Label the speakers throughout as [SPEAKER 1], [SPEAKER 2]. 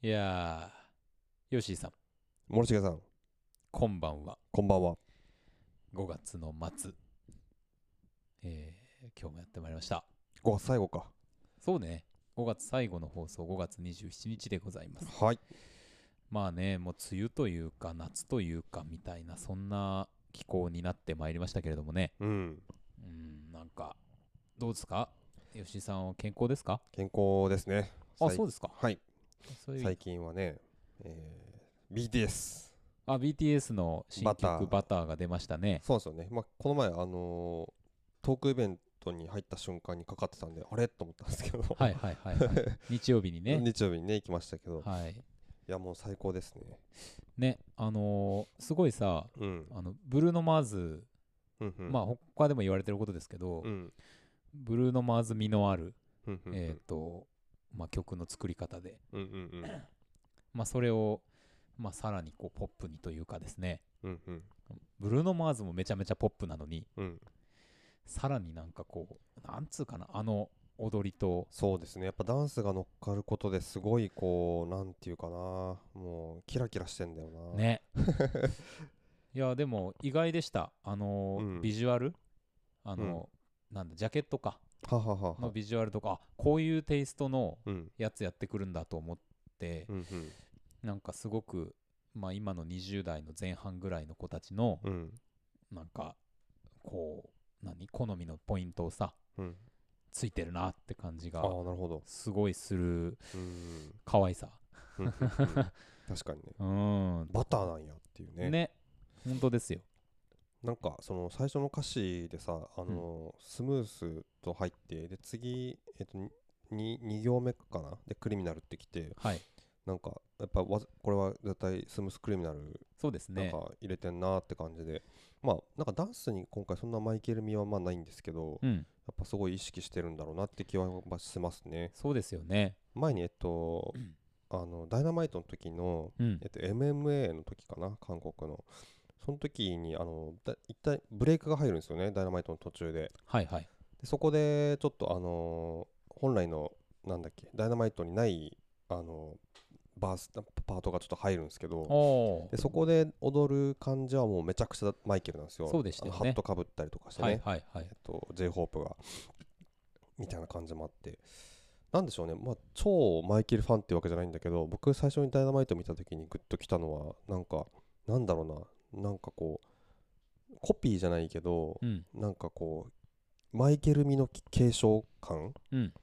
[SPEAKER 1] いやー、ヨッシーさん、
[SPEAKER 2] 森重さん、
[SPEAKER 1] こんばんは。
[SPEAKER 2] こんばんは。
[SPEAKER 1] 5月の末。えー、今日もやってまいりました。
[SPEAKER 2] 5月最後か。
[SPEAKER 1] そうね、5月最後の放送、5月27日でございます。
[SPEAKER 2] はい。
[SPEAKER 1] まあね、もう梅雨というか、夏というか、みたいな、そんな気候になってまいりましたけれどもね。
[SPEAKER 2] うん。
[SPEAKER 1] うん、なんか、どうですかヨッシーさんは健康ですか
[SPEAKER 2] 健康ですね。
[SPEAKER 1] あ、
[SPEAKER 2] 最
[SPEAKER 1] そうですか。
[SPEAKER 2] はい。
[SPEAKER 1] そういう意味
[SPEAKER 2] 最近はね、えー、BTS。
[SPEAKER 1] あ、BTS の新曲
[SPEAKER 2] バター
[SPEAKER 1] バターが出ましたね。
[SPEAKER 2] そうなんですよね。まあ、この前、あのートークイベントに入った瞬間にかかってたんで、あれと思ったんですけど、
[SPEAKER 1] はいはいはい、 はい。日曜日にね。
[SPEAKER 2] 日曜日にね、行きましたけど、い
[SPEAKER 1] はい。
[SPEAKER 2] や、もう最高ですね。
[SPEAKER 1] ね、あのーすごいさ、
[SPEAKER 2] うん。
[SPEAKER 1] あの、ブルーノ・マーズ、
[SPEAKER 2] うんうん、
[SPEAKER 1] まあ、他でも言われてることですけど、
[SPEAKER 2] うん。
[SPEAKER 1] ブルーノ・マーズ味のある、
[SPEAKER 2] うんうんうん。
[SPEAKER 1] えっ、と、まあ、曲の作り方で、
[SPEAKER 2] うんうんうん。
[SPEAKER 1] まあ、それを、まあ、さらにこう、ポップにというかですね、
[SPEAKER 2] うんうん。
[SPEAKER 1] ブルーノ・マーズもめちゃめちゃポップなのに、
[SPEAKER 2] うん。
[SPEAKER 1] さらになんかこう、なんつうかな、あの踊りと、
[SPEAKER 2] そうですね。やっぱダンスが乗っかることですごい、こう、なんていうかな、もう、キラキラしてんだよな。。
[SPEAKER 1] ね。いや、でも、意外でした。あのー
[SPEAKER 2] うん
[SPEAKER 1] ビジュアル、あのーなんだ、ジャケットか、
[SPEAKER 2] はははは。
[SPEAKER 1] のビジュアルとか、あこういうテイストの、
[SPEAKER 2] うん。
[SPEAKER 1] やつやってくるんだと思って、
[SPEAKER 2] うんうん。
[SPEAKER 1] なんかすごく、まあ、今の20代の前半ぐらいの子たちの
[SPEAKER 2] うん。
[SPEAKER 1] なんかこう何好みのポイントをさ
[SPEAKER 2] うん、
[SPEAKER 1] ついてるなって感じ
[SPEAKER 2] あ
[SPEAKER 1] が
[SPEAKER 2] あーなるほど
[SPEAKER 1] すごいする
[SPEAKER 2] うん
[SPEAKER 1] 可愛さ
[SPEAKER 2] うんうんうん確かにね
[SPEAKER 1] うん
[SPEAKER 2] バターなんやっていうね
[SPEAKER 1] ね本当ですよ
[SPEAKER 2] なんかその最初の歌詞でさあのースムースと入ってで次えっとに 2, 行目かなでクリミナルってきて
[SPEAKER 1] はい
[SPEAKER 2] なんかやっぱわざこれは絶対スムースクリミナル
[SPEAKER 1] そうです
[SPEAKER 2] なん
[SPEAKER 1] ね
[SPEAKER 2] か入れてんなーって感じで、まあなんかダンスに今回そんなマイケル味はまあないんですけど、や
[SPEAKER 1] うん
[SPEAKER 2] っぱすごい意識してるんだろうなって気はしますね
[SPEAKER 1] そうですよね
[SPEAKER 2] 前にえっとあのダイナマイトの時の
[SPEAKER 1] うん
[SPEAKER 2] えっと、MMA の時かな、韓国の。その時に、あの、だ一体ブレイクが入るんですよね、ダイナマイトの途中で。
[SPEAKER 1] はいはい
[SPEAKER 2] でそこで、ちょっと、あのー本来の、なんだっけ、ダイナマイトにない、あのーバース、パートがちょっと入るんですけ
[SPEAKER 1] お
[SPEAKER 2] ど、
[SPEAKER 1] お
[SPEAKER 2] でそこで踊る感じはもうめちゃくちゃマイケルなんですよ。
[SPEAKER 1] そうでしたよね
[SPEAKER 2] あのハットかぶったりとかしてね、
[SPEAKER 1] はいはいはい
[SPEAKER 2] えっと、J-HOPE が、みたいな感じもあって。なんでしょうね、まあ、超マイケルファンっていうわけじゃないんだけど僕最初に「ダイナマイト」見た時にグッときたのはなんかなんだろうななんかこうコピーじゃないけど
[SPEAKER 1] うん
[SPEAKER 2] なんかこうマイケル味の継承感
[SPEAKER 1] うん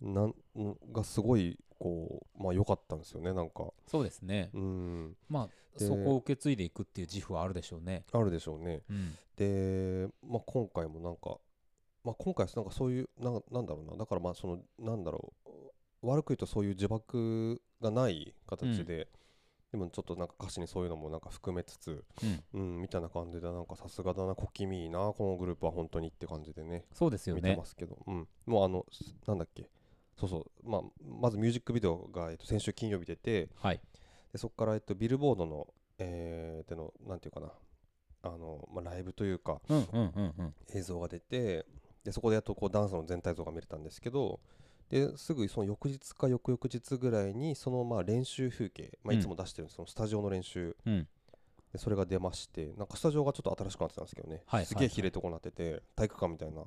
[SPEAKER 2] なんんがすごいこうまあ良かったんですよねなんか
[SPEAKER 1] そうですね
[SPEAKER 2] うん
[SPEAKER 1] まあ
[SPEAKER 2] で
[SPEAKER 1] そこを受け継いでいくっていう自負はあるでしょうね
[SPEAKER 2] あるでしょうね
[SPEAKER 1] うん
[SPEAKER 2] で、まあ、今回もなんか、まあ、今回はなんかそういうなんなんだろうなだからまあそのなんだろう悪く言うとそういう自爆がない形で、でもちょっとなんか歌詞にそういうのもなんか含めつつ、
[SPEAKER 1] うん
[SPEAKER 2] うん、みたいな感じでなんかさすがだな小気味いいなこのグループは本当にって感じでね
[SPEAKER 1] そうですよ
[SPEAKER 2] 見て
[SPEAKER 1] ね
[SPEAKER 2] ますけど、うん、もうあのすなんだっけそうそう、まあ、まずミュージックビデオが、えっと、先週金曜日出て、
[SPEAKER 1] はい
[SPEAKER 2] でそこから、えっと、ビルボードの、えーでのなんていうかなあの、まあ、ライブというか
[SPEAKER 1] うんうんうんうん
[SPEAKER 2] 映像が出てでそこでやっとこうダンスの全体像が見れたんですけどですぐその翌日か翌々日ぐらいにそのまあ練習風景、まあ、
[SPEAKER 1] うん
[SPEAKER 2] いつも出してるんです、そのスタジオの練習
[SPEAKER 1] うん
[SPEAKER 2] でそれが出ましてなんかスタジオがちょっと新しくなってたんですけどね、
[SPEAKER 1] はい
[SPEAKER 2] すげ
[SPEAKER 1] はい
[SPEAKER 2] えひれとこなってて体育館みたいな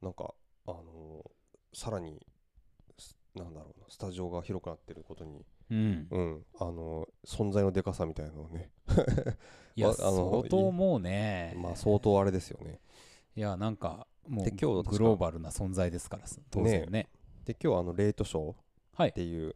[SPEAKER 2] なんかあのーさらにすなんだろうなスタジオが広くなってることに、
[SPEAKER 1] うん
[SPEAKER 2] うんあのー存在のでかさみたいなのをね
[SPEAKER 1] いや、
[SPEAKER 2] ああの
[SPEAKER 1] 相当もうね、
[SPEAKER 2] まあ相当あれですよね
[SPEAKER 1] いや、なんか、もう
[SPEAKER 2] で今日確か
[SPEAKER 1] グローバルな存在ですから、当然ね。
[SPEAKER 2] で今日はあのレイトショー
[SPEAKER 1] はい
[SPEAKER 2] っていう、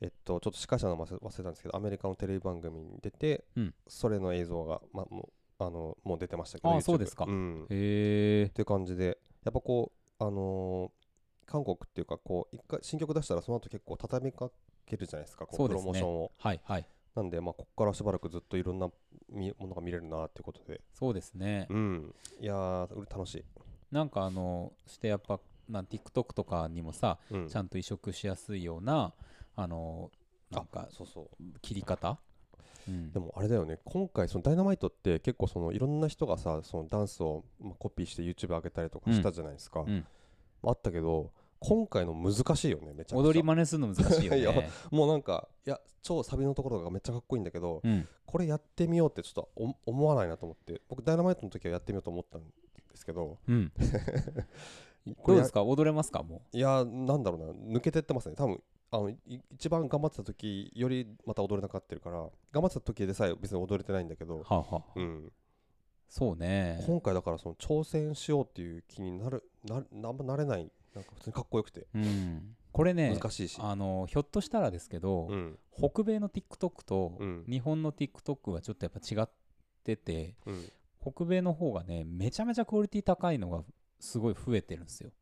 [SPEAKER 2] えっと、ちょっと司会者の名前忘れ忘れたんですけどアメリカのテレビ番組に出て、
[SPEAKER 1] うん
[SPEAKER 2] それの映像が、ま、もうあのもう出てましたけど
[SPEAKER 1] ああ
[SPEAKER 2] YouTube
[SPEAKER 1] そうですか
[SPEAKER 2] ん、っ
[SPEAKER 1] へえ、
[SPEAKER 2] ていう感じでやっぱこう、あのー韓国っていうかこう一回新曲出したらその後結構畳みかけるじゃないですかこ
[SPEAKER 1] そううで
[SPEAKER 2] プロ
[SPEAKER 1] すね
[SPEAKER 2] モーションを、
[SPEAKER 1] はいはい。
[SPEAKER 2] なんで、まあ、ここからしばらくずっといろんなみものが見れるなっていうことで、
[SPEAKER 1] そうですね。
[SPEAKER 2] うん、いやーうれ楽しい、
[SPEAKER 1] なんか、あの、してやっぱ、なん TikTok とかにもさ、
[SPEAKER 2] うん、
[SPEAKER 1] ちゃんと移植しやすいような、あの、なんか、
[SPEAKER 2] そうそう
[SPEAKER 1] 切り方、うん
[SPEAKER 2] でもあれだよね今回そのダイナマイトって結構そのいろんな人がさそのダンスをまあコピーして YouTube 上げたりとかしたじゃないですか、
[SPEAKER 1] んうん
[SPEAKER 2] まああったけど今回の難しいよねめちゃく
[SPEAKER 1] 踊
[SPEAKER 2] ちゃ
[SPEAKER 1] り真似するの難しいよ
[SPEAKER 2] いや
[SPEAKER 1] ね。
[SPEAKER 2] もうなんかいや超サビのところがめっちゃかっこいいんだけど、
[SPEAKER 1] うん、
[SPEAKER 2] これやってみようってちょっとお思わないなと思って僕ダイナマイトの時はやってみようと思ったんですけど
[SPEAKER 1] うん、
[SPEAKER 2] こ
[SPEAKER 1] どう
[SPEAKER 2] れ
[SPEAKER 1] で
[SPEAKER 2] や
[SPEAKER 1] すか踊れますかも
[SPEAKER 2] いやなんだろうな抜けてってますね多分あのい一番頑張ってた時よりまた踊れなかったから頑張ってた時でさえ別に踊れてないんだけ
[SPEAKER 1] う。
[SPEAKER 2] ど、
[SPEAKER 1] はあ、はあはあ
[SPEAKER 2] うん、
[SPEAKER 1] そうね。
[SPEAKER 2] 今回だからその挑戦しようっていう気になるななんまなれないなんか普通にかっこよくて
[SPEAKER 1] うん、これね
[SPEAKER 2] 難しいし、
[SPEAKER 1] あのひょっとしたらですけど、
[SPEAKER 2] うん
[SPEAKER 1] 北米の TikTok と
[SPEAKER 2] うん
[SPEAKER 1] 日本の TikTok はちょっとやっぱ違ってて
[SPEAKER 2] うん、
[SPEAKER 1] 北米の方がねめちゃめちゃクオリティ高いのがすごい増えてるんですよ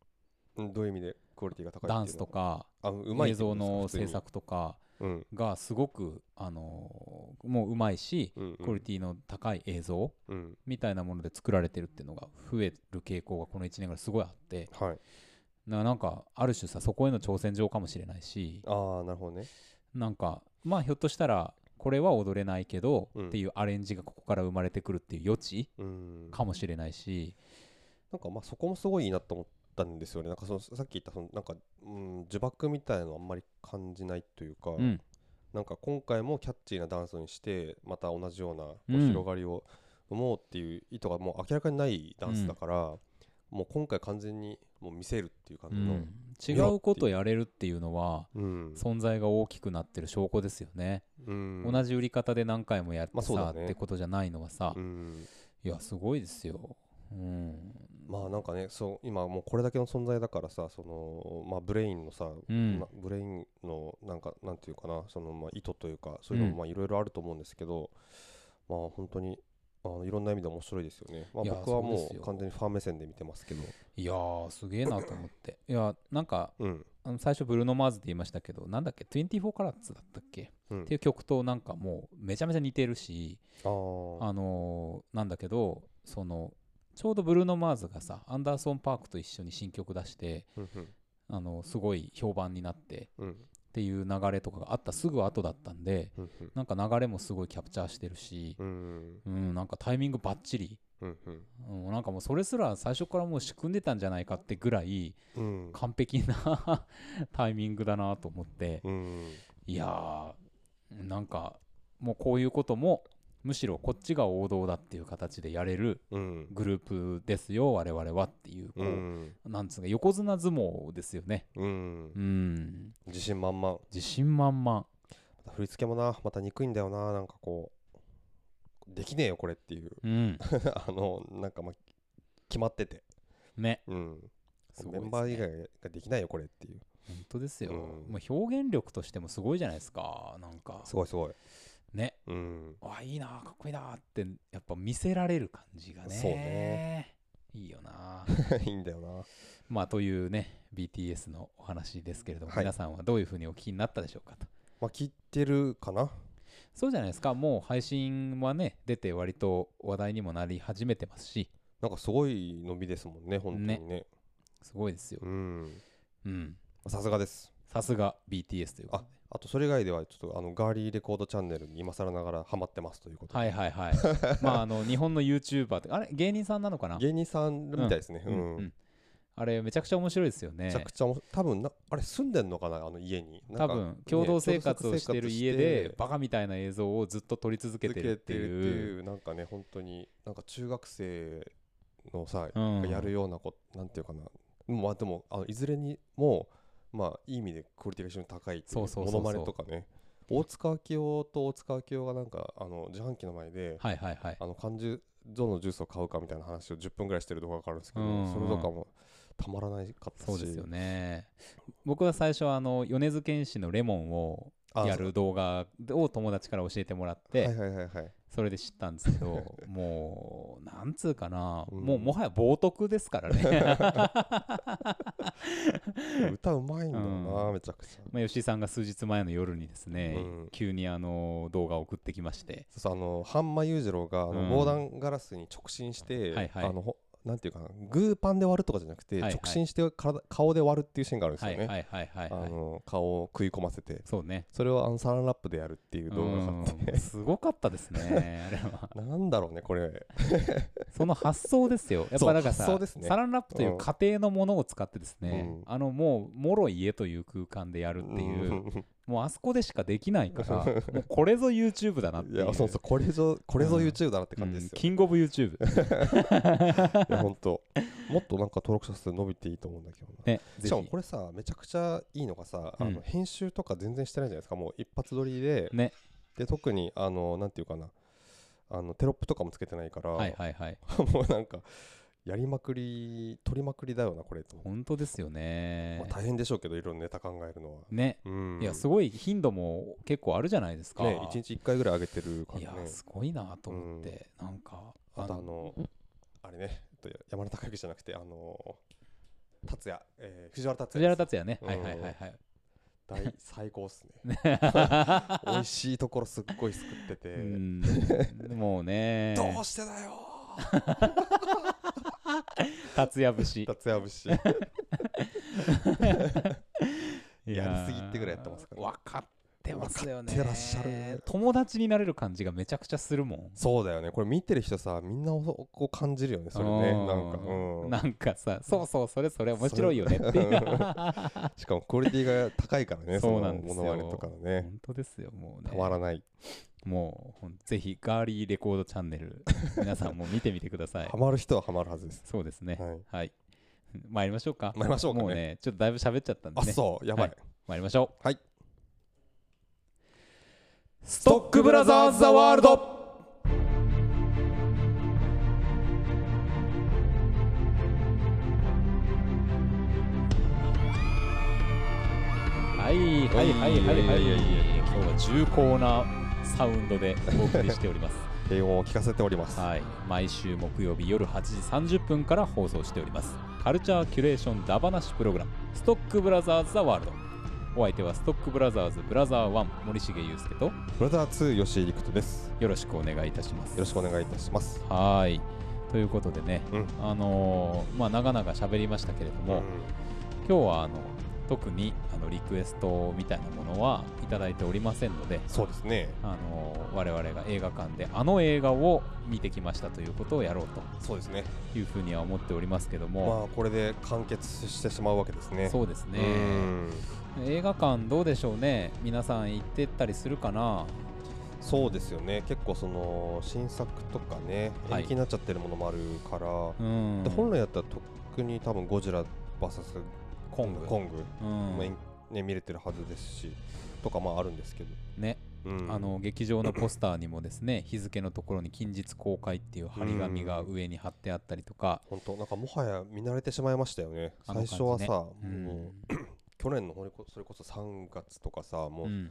[SPEAKER 2] うんどういう意味でクオリティが高いっていうの
[SPEAKER 1] ダンスとか
[SPEAKER 2] あうまい
[SPEAKER 1] 映
[SPEAKER 2] って
[SPEAKER 1] 像
[SPEAKER 2] ことですか
[SPEAKER 1] の
[SPEAKER 2] 普通
[SPEAKER 1] 制
[SPEAKER 2] に
[SPEAKER 1] 作とか
[SPEAKER 2] うん
[SPEAKER 1] がすごくあのーもううまいし
[SPEAKER 2] うん
[SPEAKER 1] クオリティの高い映像
[SPEAKER 2] ィうん
[SPEAKER 1] みたいなもので作られてるっていうのが増える傾向がこの1年ぐらいすごいあって
[SPEAKER 2] はい
[SPEAKER 1] ななんかある種さそこへの挑戦状かもしれないし
[SPEAKER 2] ああなるほどね
[SPEAKER 1] なんかまあひょっとしたらこれは踊れないけど
[SPEAKER 2] うん
[SPEAKER 1] っていうアレンジがここから生まれてくるっていう余地
[SPEAKER 2] うん
[SPEAKER 1] かもしれないし
[SPEAKER 2] なんかまあそこもすごいいいなと思ったんですよねなんかそのさっき言ったそのなんか、うん、呪縛みたいのあんまり感じないというか、
[SPEAKER 1] うん
[SPEAKER 2] なんか今回もキャッチーなダンスにしてまた同じようなこう
[SPEAKER 1] うん
[SPEAKER 2] 広がりを生もうっていう意図がもう明らかにないダンスだから、もう今回完全にもう見せるっていう感
[SPEAKER 1] う
[SPEAKER 2] じの、
[SPEAKER 1] ん違うことやれるっていうのは
[SPEAKER 2] うん
[SPEAKER 1] 存在が大きくなってる証拠ですよね、
[SPEAKER 2] うん
[SPEAKER 1] 同じ売り方で何回もやって
[SPEAKER 2] まあ
[SPEAKER 1] さ、
[SPEAKER 2] そうだね
[SPEAKER 1] ってことじゃないのはさ、
[SPEAKER 2] うん
[SPEAKER 1] いやすごいですよ、うん、
[SPEAKER 2] まあなんかねそう今もうこれだけの存在だからさその、まあ、ブレインのさ、
[SPEAKER 1] うん
[SPEAKER 2] なブレインのなんかなんていうかなそのまあ意図というかそういうの
[SPEAKER 1] うん
[SPEAKER 2] もまあいろいろあると思うんですけど、まあ本当にあのいろんな意味で面白いですよね、まあ、
[SPEAKER 1] いや
[SPEAKER 2] 僕
[SPEAKER 1] そ
[SPEAKER 2] は
[SPEAKER 1] う
[SPEAKER 2] も
[SPEAKER 1] です
[SPEAKER 2] う
[SPEAKER 1] よ
[SPEAKER 2] 完全にファン目線で見てますけど
[SPEAKER 1] いやーすげえなと思っていやなんか
[SPEAKER 2] うん
[SPEAKER 1] あの最初ブルーノ・マーズって言いましたけどなんだっけ24カラッツだったっけ、
[SPEAKER 2] うん
[SPEAKER 1] っていう曲となんかもうめちゃめちゃ似てるし、
[SPEAKER 2] あー
[SPEAKER 1] あのーなんだけどそのちょうどブルーノ・マーズがさアンダーソン・パークと一緒に新曲出して
[SPEAKER 2] うんうん
[SPEAKER 1] あのすごい評判になって
[SPEAKER 2] うん
[SPEAKER 1] っていう流れとかがあったすぐ後だったんで
[SPEAKER 2] うん
[SPEAKER 1] なんか流れもすごいキャプチャーしてるし、
[SPEAKER 2] うんうん
[SPEAKER 1] うん、なんかタイミングばっちり、
[SPEAKER 2] うんうん
[SPEAKER 1] うん、なんかもうそれすら最初からもう仕組んでたんじゃないかってぐらい
[SPEAKER 2] うん
[SPEAKER 1] 完璧な タイミングだなと思って、
[SPEAKER 2] うん
[SPEAKER 1] いやーなんかもうこういうこともむしろこっちが王道だっていう形でやれる
[SPEAKER 2] うん
[SPEAKER 1] グループですよ我々はっていうこ
[SPEAKER 2] う
[SPEAKER 1] う、
[SPEAKER 2] ん
[SPEAKER 1] なんつうか横綱相撲ですよね
[SPEAKER 2] うん
[SPEAKER 1] うん
[SPEAKER 2] 自信満々
[SPEAKER 1] 自信満々
[SPEAKER 2] 振り付けもなまた憎いんだよななんかこうできねえよこれっていう
[SPEAKER 1] うん
[SPEAKER 2] あのなんかまあ決まってて
[SPEAKER 1] ね
[SPEAKER 2] うん
[SPEAKER 1] すごい
[SPEAKER 2] メ
[SPEAKER 1] ですね
[SPEAKER 2] ンバー以外ができないよこれっていう
[SPEAKER 1] 本当ですよ、
[SPEAKER 2] うん
[SPEAKER 1] もう表現力としてもすごいじゃないですかなんか
[SPEAKER 2] すごいすごい
[SPEAKER 1] ね
[SPEAKER 2] うん
[SPEAKER 1] あいいなかっこいいなってやっぱ見せられる感じがね
[SPEAKER 2] そうね
[SPEAKER 1] いいよな
[SPEAKER 2] いいんだよな
[SPEAKER 1] まあというね BTS のお話ですけれども、
[SPEAKER 2] はい
[SPEAKER 1] 皆さんはどういうふうにお聞きになったでしょうかと
[SPEAKER 2] まあ聞いてるかな
[SPEAKER 1] そうじゃないですかもう配信はね出て割と話題にもなり始めてますし
[SPEAKER 2] なんかすごい伸びですもんね本当にね
[SPEAKER 1] すごいですよ
[SPEAKER 2] うん
[SPEAKER 1] うん
[SPEAKER 2] さすがです
[SPEAKER 1] さすが BTS ということで
[SPEAKER 2] あとそれ以外ではちょっとあのガーリーレコードチャンネルに今更ながらハマってますということで、
[SPEAKER 1] はいはい はいまああの日本の YouTuber ってあれ芸人さんなのかな
[SPEAKER 2] 芸人さんみたいですねう、
[SPEAKER 1] うんんうんあれめちゃくちゃ面白いですよね
[SPEAKER 2] めちゃくちゃ面白い多分なあれ住んでんのかなあの家にな
[SPEAKER 1] 多
[SPEAKER 2] んか
[SPEAKER 1] 分共同生活
[SPEAKER 2] 共
[SPEAKER 1] を
[SPEAKER 2] 同
[SPEAKER 1] してる家
[SPEAKER 2] 生活し
[SPEAKER 1] で
[SPEAKER 2] て
[SPEAKER 1] バカみたいな映像をずっと撮り続けてるって
[SPEAKER 2] 続けてる
[SPEAKER 1] いう
[SPEAKER 2] っていうなんかね本当になんか中学生のさ、
[SPEAKER 1] うん
[SPEAKER 2] やるようなことなんていうかなまあでもあのいずれにもまあいい意味でクオリティが非常に高いってい
[SPEAKER 1] そうそうそうそ
[SPEAKER 2] モ
[SPEAKER 1] う
[SPEAKER 2] ノマネとかね大塚明夫と大塚明夫がなんかあの自販機の前で、
[SPEAKER 1] はいはいはい
[SPEAKER 2] あの缶ジュゾウのジュースを買うかみたいな話を10分ぐらいしてる動画があるんですけど、
[SPEAKER 1] うんうん
[SPEAKER 2] それとかもたまらないかったし
[SPEAKER 1] そうですよね僕は最初はあの米津玄師の「レモン」を
[SPEAKER 2] あ
[SPEAKER 1] やる動画を友達から教えてもらって、
[SPEAKER 2] はいはいはいはい
[SPEAKER 1] それで知ったんですけ どもうなんつうかな、
[SPEAKER 2] うん
[SPEAKER 1] もうもはや冒涜ですからね
[SPEAKER 2] 歌うまいんだよな、
[SPEAKER 1] う
[SPEAKER 2] めちゃくちゃ
[SPEAKER 1] まあ吉井さんが数日前の夜にですね、
[SPEAKER 2] うん
[SPEAKER 1] 急にあの動画を送ってきまして
[SPEAKER 2] そうそうあの半間裕次郎があの
[SPEAKER 1] うん
[SPEAKER 2] 防弾ガラスに直進して、
[SPEAKER 1] はいはい
[SPEAKER 2] あのほなんていうかなグーパンで割るとかじゃなくて
[SPEAKER 1] はいはい
[SPEAKER 2] 直進して体顔で割るっていうシーンがあるんです
[SPEAKER 1] は
[SPEAKER 2] よ
[SPEAKER 1] いは
[SPEAKER 2] ね
[SPEAKER 1] いはいはい
[SPEAKER 2] あ
[SPEAKER 1] はい。
[SPEAKER 2] の顔を食い込ませて
[SPEAKER 1] そうね。
[SPEAKER 2] それをあのサランラップでやるっていう動画があっ
[SPEAKER 1] うん
[SPEAKER 2] て
[SPEAKER 1] すごかったです ね。あれは。
[SPEAKER 2] なんだろうねこれ
[SPEAKER 1] その発想ですよ。やっ
[SPEAKER 2] そう
[SPEAKER 1] ぱなんかさ、
[SPEAKER 2] 発想ですね
[SPEAKER 1] サランラップという家庭のものを使ってですね、
[SPEAKER 2] うん
[SPEAKER 1] あのもう、もろ家という空間でやるっていう、
[SPEAKER 2] うん
[SPEAKER 1] もうあそこでしかできない から、もうこれぞ YouTube だなって
[SPEAKER 2] い
[SPEAKER 1] いう。
[SPEAKER 2] やそうそうこれぞこれぞ
[SPEAKER 1] うん
[SPEAKER 2] YouTube だなって
[SPEAKER 1] う
[SPEAKER 2] 感
[SPEAKER 1] ん
[SPEAKER 2] じですよ
[SPEAKER 1] キングオブ YouTube。
[SPEAKER 2] いや本当もっとなんか登録者数伸びていいと思うんだけどな
[SPEAKER 1] ね、
[SPEAKER 2] し
[SPEAKER 1] ぜ
[SPEAKER 2] かも
[SPEAKER 1] ひ
[SPEAKER 2] こ。れさめちゃくちゃいいのがさ、あ
[SPEAKER 1] うん
[SPEAKER 2] の編集とか全然してないじゃないですかもう一発撮りで、
[SPEAKER 1] ね
[SPEAKER 2] で特にあのなんていうかなあのテロップとかもつけてないから、
[SPEAKER 1] はいはいはい。
[SPEAKER 2] もうなんかやりまくり撮りまくりだよなこれと、
[SPEAKER 1] 本当ですよね
[SPEAKER 2] まあ、。大変でしょうけどいろいろネタ考えるのは、
[SPEAKER 1] ね。
[SPEAKER 2] うん
[SPEAKER 1] いや、すごい頻度も結構あるじゃないですか。
[SPEAKER 2] ね1日1回ぐらい上げてるから
[SPEAKER 1] いや、
[SPEAKER 2] ね
[SPEAKER 1] すごいなと思って、なんか、
[SPEAKER 2] あとあのあれねえっと山田孝之じゃなくてあの達也、えー藤原達
[SPEAKER 1] 辻原
[SPEAKER 2] 也です
[SPEAKER 1] 達也ね。
[SPEAKER 2] うん
[SPEAKER 1] はいはいはいはい。
[SPEAKER 2] 大最高っすね 美味しいところすっごいすくってて、
[SPEAKER 1] うんもうね、
[SPEAKER 2] どうしてだよ
[SPEAKER 1] 達也節。
[SPEAKER 2] 達也節い
[SPEAKER 1] い
[SPEAKER 2] やりすぎってぐらいやってますから
[SPEAKER 1] 分かってますよね。
[SPEAKER 2] 分かってらっしゃる
[SPEAKER 1] 友達になれる感じがめちゃくちゃするもん。
[SPEAKER 2] そうだよねこれ見てる人さみんなおこう感じるよねそれね
[SPEAKER 1] うん
[SPEAKER 2] なんかうん
[SPEAKER 1] なんかさ、そうそう、それそれ面白いよねっていう。
[SPEAKER 2] しかもクオリティが高いから ね
[SPEAKER 1] そうなんですよ
[SPEAKER 2] そのモノマネとかの ね
[SPEAKER 1] 本当ですよ、もうね
[SPEAKER 2] た。まらない
[SPEAKER 1] もうほん、ぜひ、ガーリーレコードチャンネル、皆さんも見てみてください
[SPEAKER 2] ハ。マる人 はハマるはずです
[SPEAKER 1] そうですね。
[SPEAKER 2] はい
[SPEAKER 1] はい。 参りましょうか。
[SPEAKER 2] 参りましょうかね
[SPEAKER 1] もうね、ちょっとだいぶ喋っちゃったんで
[SPEAKER 2] あ
[SPEAKER 1] ね。
[SPEAKER 2] そうやばい
[SPEAKER 1] は参りましょう。
[SPEAKER 2] はい。
[SPEAKER 1] ストックブラザーズ・ザ・ワールドはいはいはいはいはい
[SPEAKER 2] いやいやいやいやいや
[SPEAKER 1] 今日は重厚なサウンドでお送りしており ます。
[SPEAKER 2] 英語を聞かせております
[SPEAKER 1] はい、毎週木曜日夜8時30分から放送しておりますカルチャーキュレーションダバなしプログラムストックブラザーズ・ザ・ワールドお相手はストックブラザーズ・ブラザー1森重裕介と
[SPEAKER 2] ブラザー2吉井陸斗です
[SPEAKER 1] よろしくお願いいたします
[SPEAKER 2] よろしくお願いいたします
[SPEAKER 1] はーいということでね、
[SPEAKER 2] うん
[SPEAKER 1] あのーまあ長々喋りましたけれども、今日はあの特にあのリクエストみたいなものはいただいておりませんので
[SPEAKER 2] そうですね
[SPEAKER 1] あのー我々が映画館であの映画を見てきましたということをやろうと
[SPEAKER 2] そうですね
[SPEAKER 1] いうふうには思っておりますけども、
[SPEAKER 2] まあこれで完結してしまうわけですね
[SPEAKER 1] そうですね、
[SPEAKER 2] うん
[SPEAKER 1] 映画館どうでしょうね皆さん行ってったりするかな
[SPEAKER 2] そうですよね結構その新作とかね
[SPEAKER 1] はい
[SPEAKER 2] 延期になっちゃってるものもあるから、
[SPEAKER 1] うん
[SPEAKER 2] で本来だったら特に多分ゴジラ VS
[SPEAKER 1] コング
[SPEAKER 2] コング
[SPEAKER 1] うん
[SPEAKER 2] も延ね、見れてるはずですしとかまああるんですけど、
[SPEAKER 1] ね、
[SPEAKER 2] うん
[SPEAKER 1] あの劇場のポスターにもです ね日付のところに近日公開っていう張り紙が上に貼ってあったりとか、
[SPEAKER 2] 本当なんかもはや見慣れてしまいましたよね
[SPEAKER 1] あの感
[SPEAKER 2] 最
[SPEAKER 1] じね
[SPEAKER 2] 初はさ、
[SPEAKER 1] うん
[SPEAKER 2] もう去年のほんとそれこそ3月とかさもう、
[SPEAKER 1] うん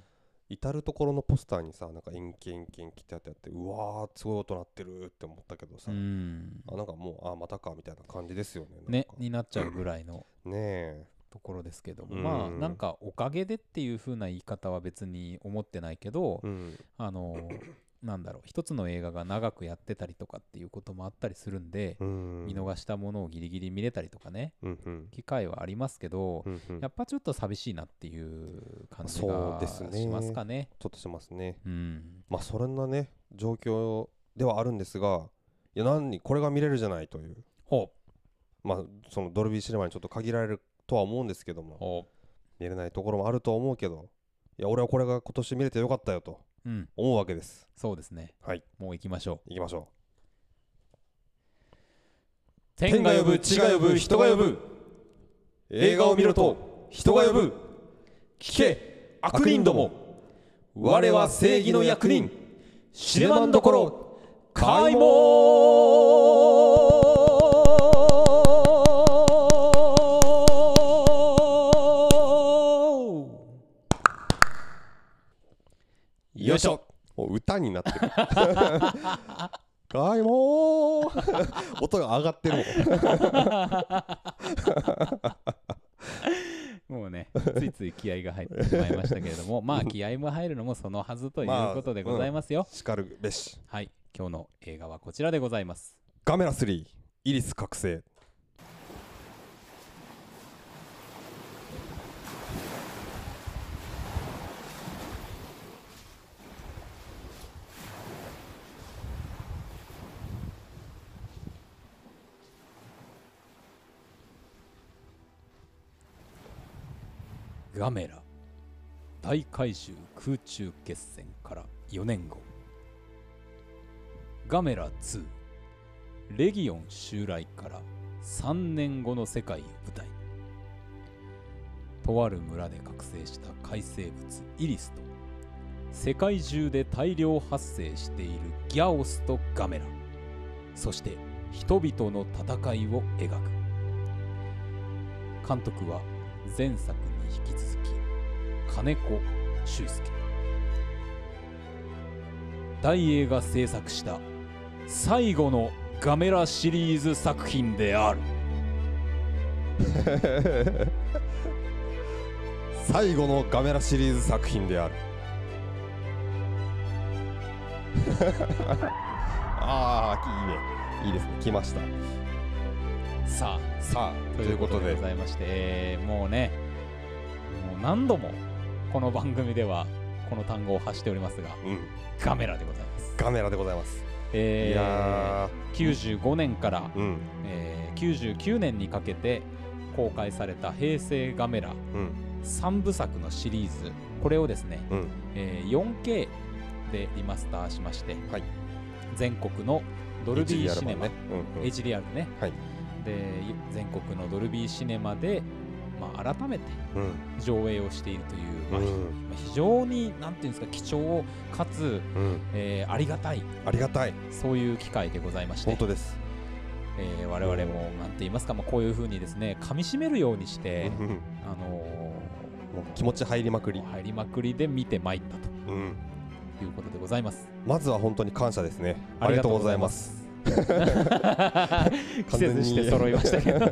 [SPEAKER 2] 至る所のポスターにさなんか延期延期延期ってあってあってうわーすごい音鳴ってるって思ったけどさ、
[SPEAKER 1] うん
[SPEAKER 2] あなんかもうあまたかみたいな感じですよねなんか
[SPEAKER 1] ねになっちゃうぐらいの
[SPEAKER 2] ねえ
[SPEAKER 1] ところですけども、
[SPEAKER 2] うん
[SPEAKER 1] まあなんかおかげでっていう風な言い方は別に思ってないけど、
[SPEAKER 2] うん、
[SPEAKER 1] あのなんだろう一つの映画が長くやってたりとかっていうこともあったりするんで、
[SPEAKER 2] うん、
[SPEAKER 1] 見逃したものをギリギリ見れたりとかね
[SPEAKER 2] うんうん
[SPEAKER 1] 機会はありますけど、
[SPEAKER 2] うんうん、
[SPEAKER 1] やっぱちょっと寂しいなっていう感じ
[SPEAKER 2] そう
[SPEAKER 1] が
[SPEAKER 2] ですね
[SPEAKER 1] しますかね。
[SPEAKER 2] ちょっとしますね
[SPEAKER 1] うん、
[SPEAKER 2] まあそんなね状況ではあるんですがいや何これが見れるじゃないという
[SPEAKER 1] ほ
[SPEAKER 2] まあそのドルビーシネマにちょっと限られるとは思うんですけど
[SPEAKER 1] う
[SPEAKER 2] も
[SPEAKER 1] ほ
[SPEAKER 2] 見れないところもあるとは思うけどいや俺はこれが今年見れてよかったよと
[SPEAKER 1] う、うん、
[SPEAKER 2] 思うわけです
[SPEAKER 1] そうですね。
[SPEAKER 2] はい
[SPEAKER 1] もう行きましょう。
[SPEAKER 2] いきましょ
[SPEAKER 1] 天が呼ぶ、地が呼ぶ、人が呼ぶ、
[SPEAKER 2] う映画を見ろと人が呼ぶ
[SPEAKER 1] 聞け、悪人ども、我は正義の役人、知れ
[SPEAKER 2] れ
[SPEAKER 1] ま
[SPEAKER 2] ま
[SPEAKER 1] ん
[SPEAKER 2] ん
[SPEAKER 1] と
[SPEAKER 2] と
[SPEAKER 1] こ
[SPEAKER 2] こ
[SPEAKER 1] ろ
[SPEAKER 2] ろ、
[SPEAKER 1] 開
[SPEAKER 2] 開
[SPEAKER 1] 門
[SPEAKER 2] 門
[SPEAKER 1] よいしょ
[SPEAKER 2] もう歌になってる 開門音が上がってるもん
[SPEAKER 1] もう ね、ついつい気合が入ってしまいましたけれども、まあ気合も入るのもそのはずということでございますよ。
[SPEAKER 2] しかるべし
[SPEAKER 1] はい、今日の映画はこちらでございます。
[SPEAKER 2] ガメラ3イリス覚醒
[SPEAKER 1] ガメラ大海襲空中決戦から4年後ガメラ2レギオン襲来から3年後の世界を舞台にとある村で覚醒した海生物イリスと世界中で大量発生しているギャオスとガメラそして人々の戦いを描く監督は前作に引き続き金子修介大映が制作した最後のガメラシリーズ作品である
[SPEAKER 2] 最後のガメラシリーズ作品である ああいいねいいですね来ました
[SPEAKER 1] さ
[SPEAKER 2] さ
[SPEAKER 1] あ
[SPEAKER 2] あということで
[SPEAKER 1] ございまして、えーもうねもう何度もこの番組ではこの単語を発しておりますが
[SPEAKER 2] うん
[SPEAKER 1] ガメラでございます、
[SPEAKER 2] ガメラでございます、
[SPEAKER 1] えー
[SPEAKER 2] いや
[SPEAKER 1] 95年から、
[SPEAKER 2] ーうん
[SPEAKER 1] えー99年にかけて公開された平成ガメラ
[SPEAKER 2] うん
[SPEAKER 1] 3部作のシリーズこれをですね、
[SPEAKER 2] うん
[SPEAKER 1] えー 4K でリマスターしまして、
[SPEAKER 2] はい
[SPEAKER 1] 全国のドルビー
[SPEAKER 2] HDR
[SPEAKER 1] シネマ、
[SPEAKER 2] 版ねうんうん
[SPEAKER 1] HDR ね、
[SPEAKER 2] はい
[SPEAKER 1] で全国のドルビーシネマで、まあ、改めて
[SPEAKER 2] うん
[SPEAKER 1] 上映をしているという、まあ
[SPEAKER 2] うん
[SPEAKER 1] ひまあ非常になんていうんですか貴重かつ、
[SPEAKER 2] うん
[SPEAKER 1] えーありがたい
[SPEAKER 2] ありがたい
[SPEAKER 1] そういう機会でございまして
[SPEAKER 2] 本、当です、
[SPEAKER 1] えー我々もなんて言いますか、まあ、こういうふうにですね噛みしめるようにして、
[SPEAKER 2] うんうん
[SPEAKER 1] あの
[SPEAKER 2] もう気持ち入りまく
[SPEAKER 1] ー
[SPEAKER 2] り、
[SPEAKER 1] 入りまくりで見てまいったと
[SPEAKER 2] うん、
[SPEAKER 1] いうことでございます。
[SPEAKER 2] まずは本当に感謝ですねありがとうございます
[SPEAKER 1] ありがとうございます。季節して揃いましたけど、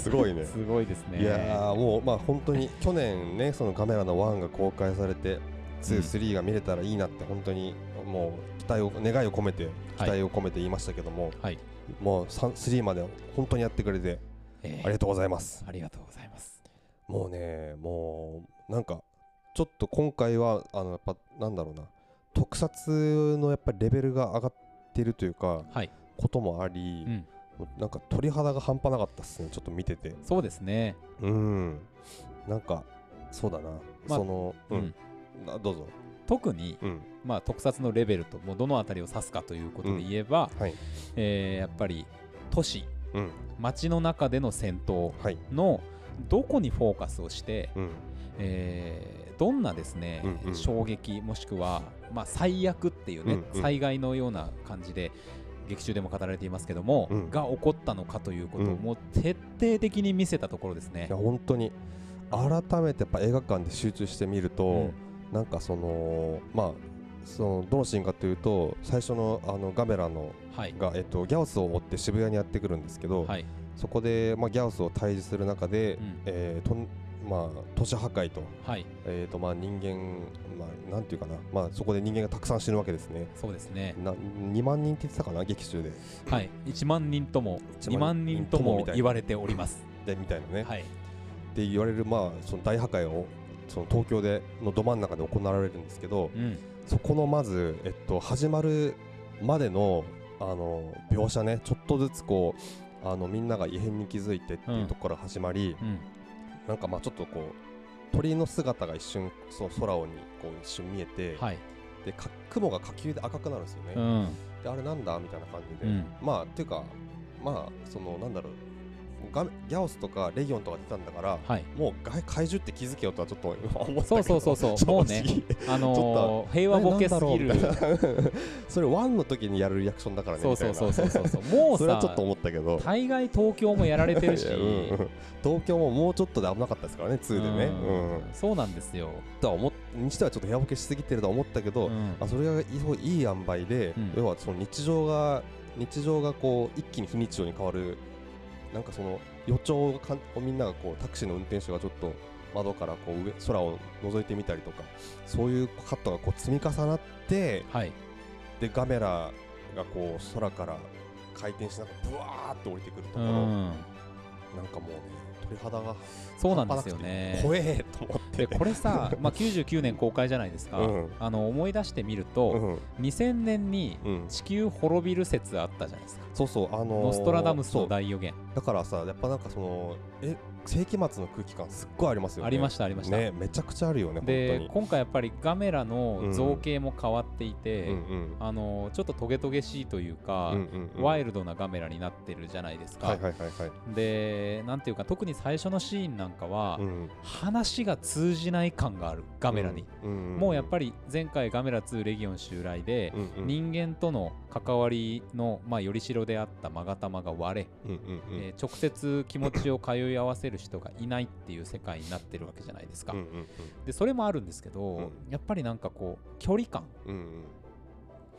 [SPEAKER 2] すごいね
[SPEAKER 1] すごいですね。
[SPEAKER 2] いやーもうまあ本当に去年ねそのカメラの1が公開されて
[SPEAKER 1] うん
[SPEAKER 2] 23が見れたらいいなって本当にもう期待を願いを込めて期
[SPEAKER 1] はい
[SPEAKER 2] 待を込めて言いましたけども、
[SPEAKER 1] はい、
[SPEAKER 2] もうさん3まで本当にやってくれて
[SPEAKER 1] え
[SPEAKER 2] ありがとうございます
[SPEAKER 1] ありがとうございます。
[SPEAKER 2] もうねもうなんかちょっと今回はあのやっぱなんだろうな特撮のやっぱりレベルが上がってるというか
[SPEAKER 1] はい、
[SPEAKER 2] こともあり
[SPEAKER 1] う、ん、
[SPEAKER 2] なんか鳥肌が半端なかったっすねちょっと見てて
[SPEAKER 1] そうですね。
[SPEAKER 2] うんなんかそうだな、
[SPEAKER 1] まあ
[SPEAKER 2] その
[SPEAKER 1] う、
[SPEAKER 2] うんんなどうぞ
[SPEAKER 1] 特に、
[SPEAKER 2] うん
[SPEAKER 1] まあ、特撮のレベルともうどのあたりを指すかということで言えば、
[SPEAKER 2] はい
[SPEAKER 1] えーやっぱり都市
[SPEAKER 2] うん
[SPEAKER 1] 街の中での戦闘
[SPEAKER 2] はい
[SPEAKER 1] のどこにフォーカスをして、
[SPEAKER 2] うん
[SPEAKER 1] えーどんなですね、
[SPEAKER 2] うんうん
[SPEAKER 1] 衝撃もしくは、まあ、最悪っていうね、
[SPEAKER 2] うんうん
[SPEAKER 1] 災害のような感じで劇中でも語られていますけども、
[SPEAKER 2] うん
[SPEAKER 1] が起こったのかということを
[SPEAKER 2] うん
[SPEAKER 1] もう徹底的に見せたところですね
[SPEAKER 2] いや。本当に改めてやっぱ映画館で集中してみると、
[SPEAKER 1] うん
[SPEAKER 2] なんかそのまあそのどのシーンかというと最初のあのガメラの
[SPEAKER 1] はい、
[SPEAKER 2] が、えっと、ギャオスを追って渋谷にやってくるんですけど、
[SPEAKER 1] はい
[SPEAKER 2] そこで、まあ、ギャオスを退治する中で、
[SPEAKER 1] うん
[SPEAKER 2] えーとんまあ、都市破壊と,、
[SPEAKER 1] はい、
[SPEAKER 2] えーとまあ、人間、まあ、なんていうかな、まあ、そこで人間がたくさん死ぬわけですね。
[SPEAKER 1] そうですね、
[SPEAKER 2] な2万人って言ってたかな劇中で
[SPEAKER 1] はい、1万人とも2
[SPEAKER 2] 1
[SPEAKER 1] 万
[SPEAKER 2] 万
[SPEAKER 1] 人
[SPEAKER 2] 人
[SPEAKER 1] と
[SPEAKER 2] とも
[SPEAKER 1] も言われております。
[SPEAKER 2] でみたいなね、っ
[SPEAKER 1] はい、
[SPEAKER 2] て言われる、まあ、その大破壊をその東京でのど真ん中で行われるんですけど
[SPEAKER 1] うん、
[SPEAKER 2] そこのまず、えっと、始まるまでのあの描写ねちょっとずつこうあのみんなが異変に気づいてっていうところから始まり、
[SPEAKER 1] うん、
[SPEAKER 2] なんかまあちょっとこう鳥の姿が一瞬そう空をにこう一瞬見えて、
[SPEAKER 1] はい、
[SPEAKER 2] でか雲が火球で赤くなるんですよね、
[SPEAKER 1] うん、
[SPEAKER 2] であれなんだみたいな感じで、
[SPEAKER 1] うん
[SPEAKER 2] まあっていうかまあそのなんだろうガギャオスとかレギオンとか出たんだから
[SPEAKER 1] はい。
[SPEAKER 2] もう怪怪獣って気づけよとはちょっと思ったけ
[SPEAKER 1] そ
[SPEAKER 2] ど
[SPEAKER 1] うそうそうそう
[SPEAKER 2] 正直
[SPEAKER 1] もうねあのー平和ボケすぎる
[SPEAKER 2] え。なんだろうみたいなそれワンの時にやるリアクションだからね
[SPEAKER 1] そう
[SPEAKER 2] みたい
[SPEAKER 1] そう
[SPEAKER 2] な
[SPEAKER 1] そうそうそうそう。もう
[SPEAKER 2] それは
[SPEAKER 1] さ
[SPEAKER 2] ちょ、っと思ったけど
[SPEAKER 1] 大概東京もやられてるし
[SPEAKER 2] いや、うん東京ももうちょっとで危なかったですからね2でね
[SPEAKER 1] うん
[SPEAKER 2] うん
[SPEAKER 1] そうなんですよ。
[SPEAKER 2] とは思っにしてはちょっと部屋ボケしすぎてるとは思ったけど、
[SPEAKER 1] うん
[SPEAKER 2] あそれがいそういい塩梅で、
[SPEAKER 1] うん
[SPEAKER 2] 要はその日常が日常がこう一気に非日常に変わるなんかその予兆をかんをみんながこうタクシーの運転手がちょっと窓からこう上空を覗いてみたりとかそういうカットがこう積み重なって
[SPEAKER 1] はい、
[SPEAKER 2] でガメラがこう空から回転しながらブワーって降りてくるとこ
[SPEAKER 1] う
[SPEAKER 2] ろ、
[SPEAKER 1] ん、
[SPEAKER 2] なんかもうね鳥肌が
[SPEAKER 1] そうなんですよね。
[SPEAKER 2] 怖えと思って
[SPEAKER 1] でこれさ、 まあ、99年公開じゃないですか、
[SPEAKER 2] うん
[SPEAKER 1] あの思い出してみると、
[SPEAKER 2] うん
[SPEAKER 1] 2000年に
[SPEAKER 2] うん、
[SPEAKER 1] 地球滅びる説あったじゃないですか、
[SPEAKER 2] そうそうあのー
[SPEAKER 1] ノストラダムス
[SPEAKER 2] そ
[SPEAKER 1] の
[SPEAKER 2] う
[SPEAKER 1] 大予言
[SPEAKER 2] だからさやっぱなんかそのえ世紀末の空気感すっごいありますよね
[SPEAKER 1] ありましたありました、
[SPEAKER 2] ねめちゃくちゃあるよね本当
[SPEAKER 1] で
[SPEAKER 2] に
[SPEAKER 1] 今回やっぱりガメラの造形も変わっていて、
[SPEAKER 2] うんうん
[SPEAKER 1] あのちょっとトゲトゲしいというか、
[SPEAKER 2] うんうんうん
[SPEAKER 1] ワイルドなガメラになってるじゃないですか、
[SPEAKER 2] はいはいはいはい
[SPEAKER 1] でなんていうか特に最初のシーンなんかは、
[SPEAKER 2] うん
[SPEAKER 1] 話が通じない感があるガメラに、、
[SPEAKER 2] うんうん
[SPEAKER 1] もうやっぱり前回ガメラ2レギオン襲来で、
[SPEAKER 2] うんうん
[SPEAKER 1] 人間との関わりの、まあ、よりしろであった勾玉が割れ、
[SPEAKER 2] うんうん
[SPEAKER 1] え
[SPEAKER 2] うん
[SPEAKER 1] ー直接気持ちを通い合わせる人がいないっていう世界になってるわけじゃないですか、
[SPEAKER 2] うんうん
[SPEAKER 1] でそれもあるんですけど、
[SPEAKER 2] うん
[SPEAKER 1] やっぱりなんかこう距離感
[SPEAKER 2] うんうん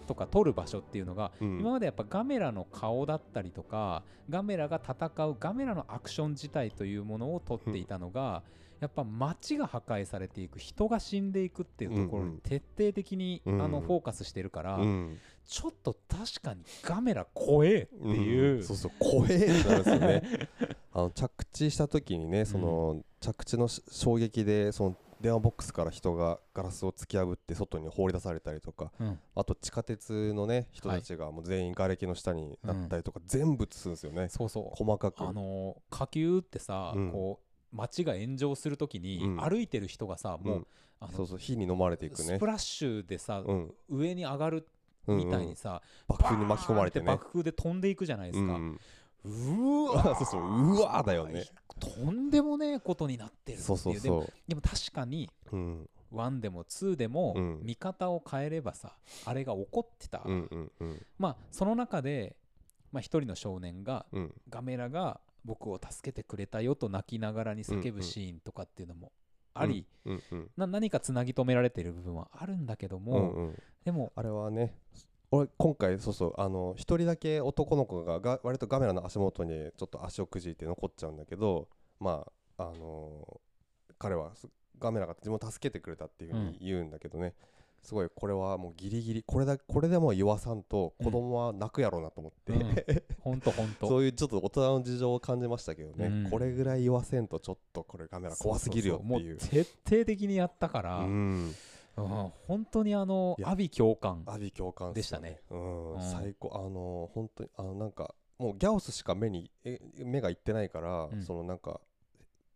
[SPEAKER 1] とか取る場所っていうのが、
[SPEAKER 2] うん
[SPEAKER 1] 今までやっぱガメラの顔だったりとかガメラが戦うガメラのアクション自体というものを取っていたのが、やっぱ街が破壊されていく人が死んでいくっていうところ
[SPEAKER 2] うんう
[SPEAKER 1] に
[SPEAKER 2] ん
[SPEAKER 1] 徹底的に、
[SPEAKER 2] うん
[SPEAKER 1] あのフォーカスしてるから、
[SPEAKER 2] うん
[SPEAKER 1] ちょっと確かにガメラ怖えっていう、
[SPEAKER 2] んそうそう怖えってなるんですよ ねあの着地した時にねその、着地のし衝撃でその電話ボックスから人がガラスを突き破って外に放り出されたりとか
[SPEAKER 1] うん
[SPEAKER 2] あと地下鉄のね人たちがもう全員瓦礫の下になったりとか、全部するんですよね
[SPEAKER 1] そうそう
[SPEAKER 2] 細かく
[SPEAKER 1] あのー火球ってさ、
[SPEAKER 2] うん
[SPEAKER 1] こう街が炎上するときに、
[SPEAKER 2] うん
[SPEAKER 1] 歩いてる人がさもう、
[SPEAKER 2] うん
[SPEAKER 1] あの
[SPEAKER 2] そうそう火に飲まれていく
[SPEAKER 1] ス
[SPEAKER 2] ね
[SPEAKER 1] プラッシュでさ、
[SPEAKER 2] うん
[SPEAKER 1] 上に上がる
[SPEAKER 2] うん
[SPEAKER 1] みたい
[SPEAKER 2] うん
[SPEAKER 1] にさ、
[SPEAKER 2] 爆風に巻き込まれて
[SPEAKER 1] バーン
[SPEAKER 2] ね
[SPEAKER 1] っ爆風で飛んでいくじゃないで
[SPEAKER 2] う
[SPEAKER 1] すか、
[SPEAKER 2] ん、
[SPEAKER 1] う
[SPEAKER 2] う
[SPEAKER 1] わ
[SPEAKER 2] わ そうそううわーだよね
[SPEAKER 1] とんでもねえことになってるっていう
[SPEAKER 2] そうそう
[SPEAKER 1] でも
[SPEAKER 2] そ
[SPEAKER 1] でも確かに
[SPEAKER 2] ううん
[SPEAKER 1] 1でも2でも、
[SPEAKER 2] うん
[SPEAKER 1] 見方を変えればさあれが起こってた、
[SPEAKER 2] うんうんうん
[SPEAKER 1] まあその中でまあ、一人の少年が
[SPEAKER 2] うん
[SPEAKER 1] ガメラが僕を助けてくれたよと泣きながらに叫ぶシーンとかっていうのもあり、
[SPEAKER 2] うんうん
[SPEAKER 1] な何かつなぎ止められている部分はあるんだけども、
[SPEAKER 2] うんうん
[SPEAKER 1] でも、
[SPEAKER 2] あれはね俺今回そうそうあの一人だけ男の子がが割とガメラの足元にちょっと足をくじいて残っちゃうんだけどまああのー彼はすガメラが自分を助けてくれたっていうふうに言うんだけどね、すごいこれはもうギリギリこれだこれでもう言わさんと子供は泣くやろうなと思って、
[SPEAKER 1] うん ほんとほんと。
[SPEAKER 2] そういうちょっと大人の事情を感じましたけどね、
[SPEAKER 1] うん
[SPEAKER 2] これぐらい言わせんとちょっとこれガメラ怖すぎるよっていう。
[SPEAKER 1] そうそうそうもう徹底的にやったから、うん
[SPEAKER 2] うん
[SPEAKER 1] 本当にあの
[SPEAKER 2] いや
[SPEAKER 1] 阿鼻共感
[SPEAKER 2] 阿鼻共感っすよ
[SPEAKER 1] でし
[SPEAKER 2] うん、
[SPEAKER 1] うん
[SPEAKER 2] 最高あの本当にあのなんかもうギャオスしか目にえ目が行ってないから、
[SPEAKER 1] うん
[SPEAKER 2] そのなんか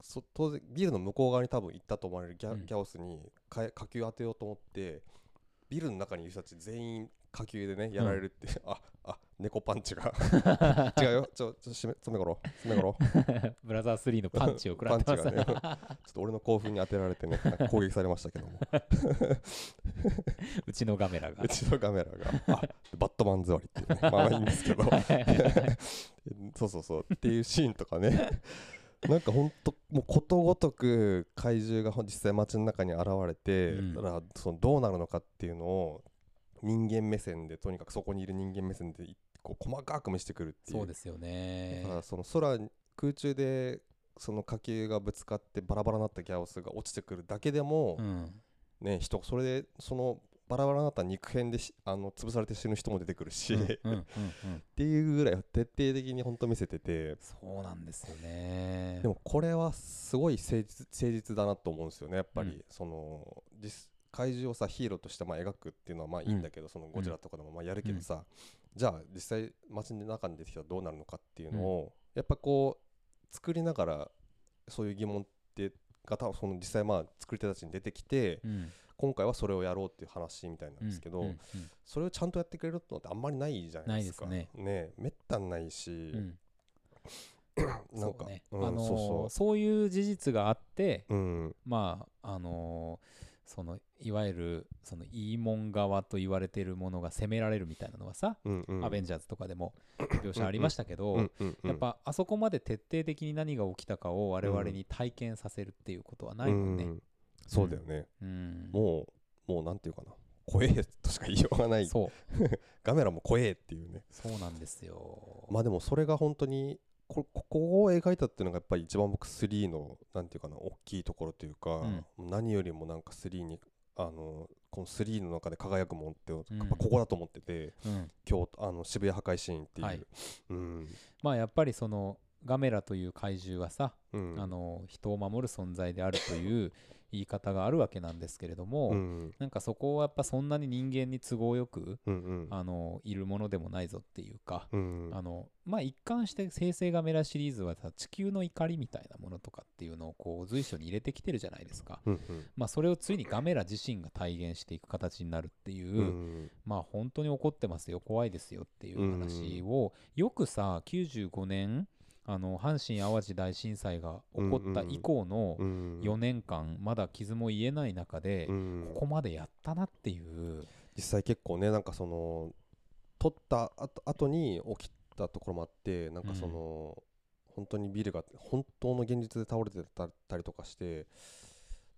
[SPEAKER 2] そ当然ビルの向こう側に多分行ったと思われるギャ,、
[SPEAKER 1] うん
[SPEAKER 2] ギャオスにか火球当てようと思ってビルの中にいる人たち全員火球でねやられるって、 ああ猫パン チが違うよちょちょ締め詰めろ詰めろちょ
[SPEAKER 1] ブラザー3のパンチを食らってます
[SPEAKER 2] パンチっと俺の興奮に当てられてねなんか攻撃されましたけども
[SPEAKER 1] うちのガ メラが
[SPEAKER 2] う。ちのガメラがあバットマン座りっ ていうねまあまあいいんですけど そうそうそうっていうシーンとかね なんかほんともうことごとく怪獣がほん実際街の中に現れて、
[SPEAKER 1] うん
[SPEAKER 2] だからそのどうなるのかっていうのを人間目線でとにかくそこにいる人間目線でいこう細かく見せてくるっていう
[SPEAKER 1] そうですよね
[SPEAKER 2] だか。らその空に空中でその火球がぶつかってバラバラになったギャオスが落ちてくるだけでも、
[SPEAKER 1] うん、
[SPEAKER 2] ね人それでそのバラバラになった肉片でしあの潰されて死ぬ人も出てくるし、
[SPEAKER 1] うんう
[SPEAKER 2] っ
[SPEAKER 1] んうんうん
[SPEAKER 2] ていうぐらい徹底的にほんと見せてて
[SPEAKER 1] そうなんですよね
[SPEAKER 2] で。もこれはすごい誠実誠実だなと思うんですよねやっぱり、
[SPEAKER 1] うん
[SPEAKER 2] その実怪獣をさヒーローとしてまあ描くっていうのはまあいいんだけど、そのゴジラとかでもまあやるけどさ、じゃあ実際街の中に出てきたらどうなるのかっていうのを、やっぱこう作りながらそういう疑問ってが多分その実際まあ作り手たちに出てきて
[SPEAKER 1] うん
[SPEAKER 2] 今回はそれをやろうっていう話みたいなんですけど、
[SPEAKER 1] うんうん
[SPEAKER 2] それをちゃんとやってくれるのってあんまりないじゃないですか。
[SPEAKER 1] ないです
[SPEAKER 2] めったにないし
[SPEAKER 1] う、ん
[SPEAKER 2] なん
[SPEAKER 1] そ
[SPEAKER 2] か
[SPEAKER 1] うね
[SPEAKER 2] うん
[SPEAKER 1] あのー
[SPEAKER 2] そうそう
[SPEAKER 1] そういう事実があって、
[SPEAKER 2] うん
[SPEAKER 1] まああのーそのいわゆるそのいいもん側と言われてるものが責められるみたいなのはさ、
[SPEAKER 2] うんうん、
[SPEAKER 1] アベンジャーズとかで も描写ありましたけど、
[SPEAKER 2] うんうんうん
[SPEAKER 1] やっぱあそこまで徹底的に何が起きたかを我々に体験させるっていうことはないもん
[SPEAKER 2] う
[SPEAKER 1] ね。
[SPEAKER 2] んそうだよね、
[SPEAKER 1] うん
[SPEAKER 2] もうもうなんていうかな怖えとしか言いようがない
[SPEAKER 1] そう
[SPEAKER 2] ガメラも怖えっていうね
[SPEAKER 1] そうなんですよ。
[SPEAKER 2] まあでもそれが本当にこここを描いたっていうのがやっぱり一番僕3のなんていうかな大きいところというか、
[SPEAKER 1] うん
[SPEAKER 2] 何よりもなんか3にあのこの3の中で輝くもんってやっ
[SPEAKER 1] うん
[SPEAKER 2] ぱここだと思ってて、
[SPEAKER 1] うん
[SPEAKER 2] 今日あの渋谷破壊シーンっていう、
[SPEAKER 1] はい
[SPEAKER 2] うん、
[SPEAKER 1] まあやっぱりそのガメラという怪獣はさ、
[SPEAKER 2] うん、
[SPEAKER 1] あの人を守る存在であるという言い方があるわけなんですけれども、
[SPEAKER 2] うん
[SPEAKER 1] なんかそこはやっぱそんなに人間に都合よく
[SPEAKER 2] うんうん
[SPEAKER 1] あのいるものでもないぞっていうか、
[SPEAKER 2] うん
[SPEAKER 1] あのまあ一貫して「生成ガメラ」シリーズはさ地球の怒りみたいなものとかっていうのをこう随所に入れてきてるじゃないですか。
[SPEAKER 2] うん
[SPEAKER 1] まあ、それをついにガメラ自身が体現していく形になるっていう、
[SPEAKER 2] うんうん
[SPEAKER 1] まあ本当に怒ってますよ怖いですよっていう話を、よくさ95年あの阪神・淡路大震災が起こった以降の
[SPEAKER 2] うん
[SPEAKER 1] 4年間まだ傷も癒えない中で、
[SPEAKER 2] うん
[SPEAKER 1] ここまでやったなっていう、
[SPEAKER 2] 実際結構ねなんかその撮ったあと後に起きたところもあってなんかその、本当にビルが本当の現実で倒れてたりとかしてっ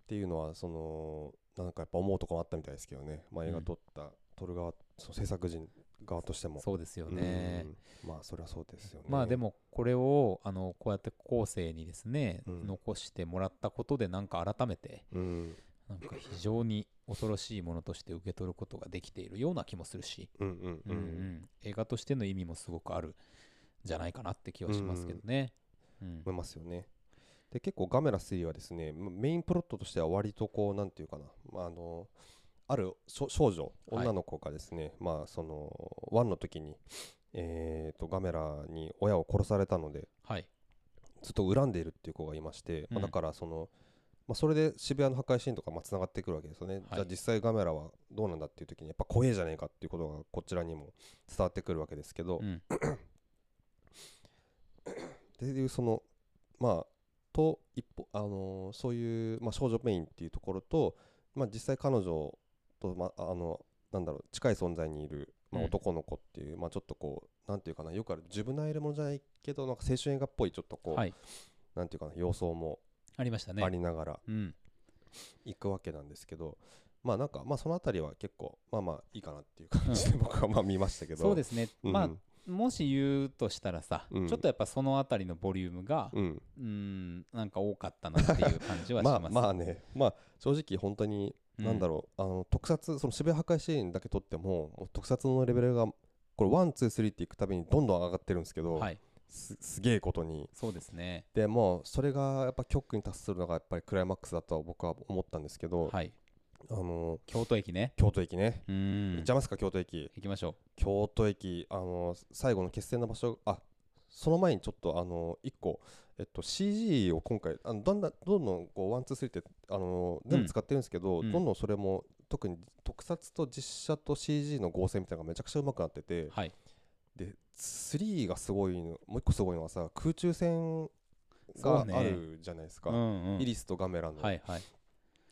[SPEAKER 2] ていうのはそのなんかやっぱ思うところあったみたいですけどね、まあ、映画撮った、撮る側その制作人側としても
[SPEAKER 1] そうですよね。
[SPEAKER 2] うんまあそれはそうですよね
[SPEAKER 1] まあでもこれをあのこうやって後世にですね、
[SPEAKER 2] うん
[SPEAKER 1] 残してもらったことでなんか改めて
[SPEAKER 2] うん
[SPEAKER 1] なんか非常に恐ろしいものとして受け取ることができているような気もするし、
[SPEAKER 2] うんうん
[SPEAKER 1] うんうん映画としての意味もすごくあるんじゃないかなって気はしますけどね。うん
[SPEAKER 2] 思いますよね。で結構ガメラ3はですねまメインプロットとしては割とこうなんていうかな、まあ、あのある少少女
[SPEAKER 1] はい
[SPEAKER 2] 女の子がですね、まあその1の時に、えー、とガメラに親を殺されたので
[SPEAKER 1] はい、
[SPEAKER 2] ずっと恨んでいるっていう子がいまして、まあ
[SPEAKER 1] うん
[SPEAKER 2] だからその、まあ、それで渋谷の破壊シーンとかつながってくるわけですよね、じゃあ実際ガメラはどうなんだっていう時にやっぱ怖えじゃねえかっていうことがこちらにも伝わってくるわけですけど、
[SPEAKER 1] うん
[SPEAKER 2] っていうそのまあと一歩あのーそういう、まあ、少女メインっていうところと、まあ、実際彼女と、まあ、あのなんだろう近い存在にいる、まあ、
[SPEAKER 1] うん
[SPEAKER 2] 男の子っていう、まあ、ちょっとこうなんていうかなよくあるジュブナイルものじゃないけどなんか青春映画っぽいちょっとこう、
[SPEAKER 1] はい、
[SPEAKER 2] なんていうかな様相も
[SPEAKER 1] ありましたね
[SPEAKER 2] あ。りながら
[SPEAKER 1] うん
[SPEAKER 2] 行くわけなんですけど、まあなんか、まあ、その辺りは結構まあまあいいかなっていう感じで僕はまあ見ましたけど。
[SPEAKER 1] そうですね、
[SPEAKER 2] うん
[SPEAKER 1] まあもし言うとしたらさ、
[SPEAKER 2] うん
[SPEAKER 1] ちょっとやっぱそのあたりのボリュームが、
[SPEAKER 2] うん
[SPEAKER 1] うん、なんか多かったなっていう感じはし
[SPEAKER 2] ま
[SPEAKER 1] ま
[SPEAKER 2] あ
[SPEAKER 1] す。
[SPEAKER 2] まあね、まあ、正直本当に
[SPEAKER 1] うん
[SPEAKER 2] なんだろう、あの特撮その渋谷破壊シーンだけ撮ってももう特撮のレベルがこれワンツースリーっていくたびにどんどん上がってるんですけど、
[SPEAKER 1] はい、
[SPEAKER 2] すすげえことに
[SPEAKER 1] そうですね。
[SPEAKER 2] でもうそれがやっぱ局に達するのがやっぱりクライマックスだとは僕は思ったんですけど、
[SPEAKER 1] はい、
[SPEAKER 2] あの
[SPEAKER 1] 京都駅ね。
[SPEAKER 2] 京都駅ね、
[SPEAKER 1] う
[SPEAKER 2] 行
[SPEAKER 1] ん
[SPEAKER 2] っちゃ。いますか京都駅
[SPEAKER 1] 行きましょ
[SPEAKER 2] 京都駅あの最後の決戦の場所あその前にちょっとあの1個、えっと、CG を今回あのだんだんどんどんこうワンツースリーってあの
[SPEAKER 1] う
[SPEAKER 2] 全
[SPEAKER 1] ん
[SPEAKER 2] 部使ってるんですけど、
[SPEAKER 1] うん
[SPEAKER 2] どんどんそれも特に特撮と実写と CG の合成みたいなのがめちゃくちゃうまくなってて
[SPEAKER 1] う。はい。
[SPEAKER 2] で3がすごいのもう1個すごいのはさ空中戦
[SPEAKER 1] そ
[SPEAKER 2] が
[SPEAKER 1] うね
[SPEAKER 2] あるじゃないですか、
[SPEAKER 1] うんうん
[SPEAKER 2] イリスとガメラの、
[SPEAKER 1] はいはい。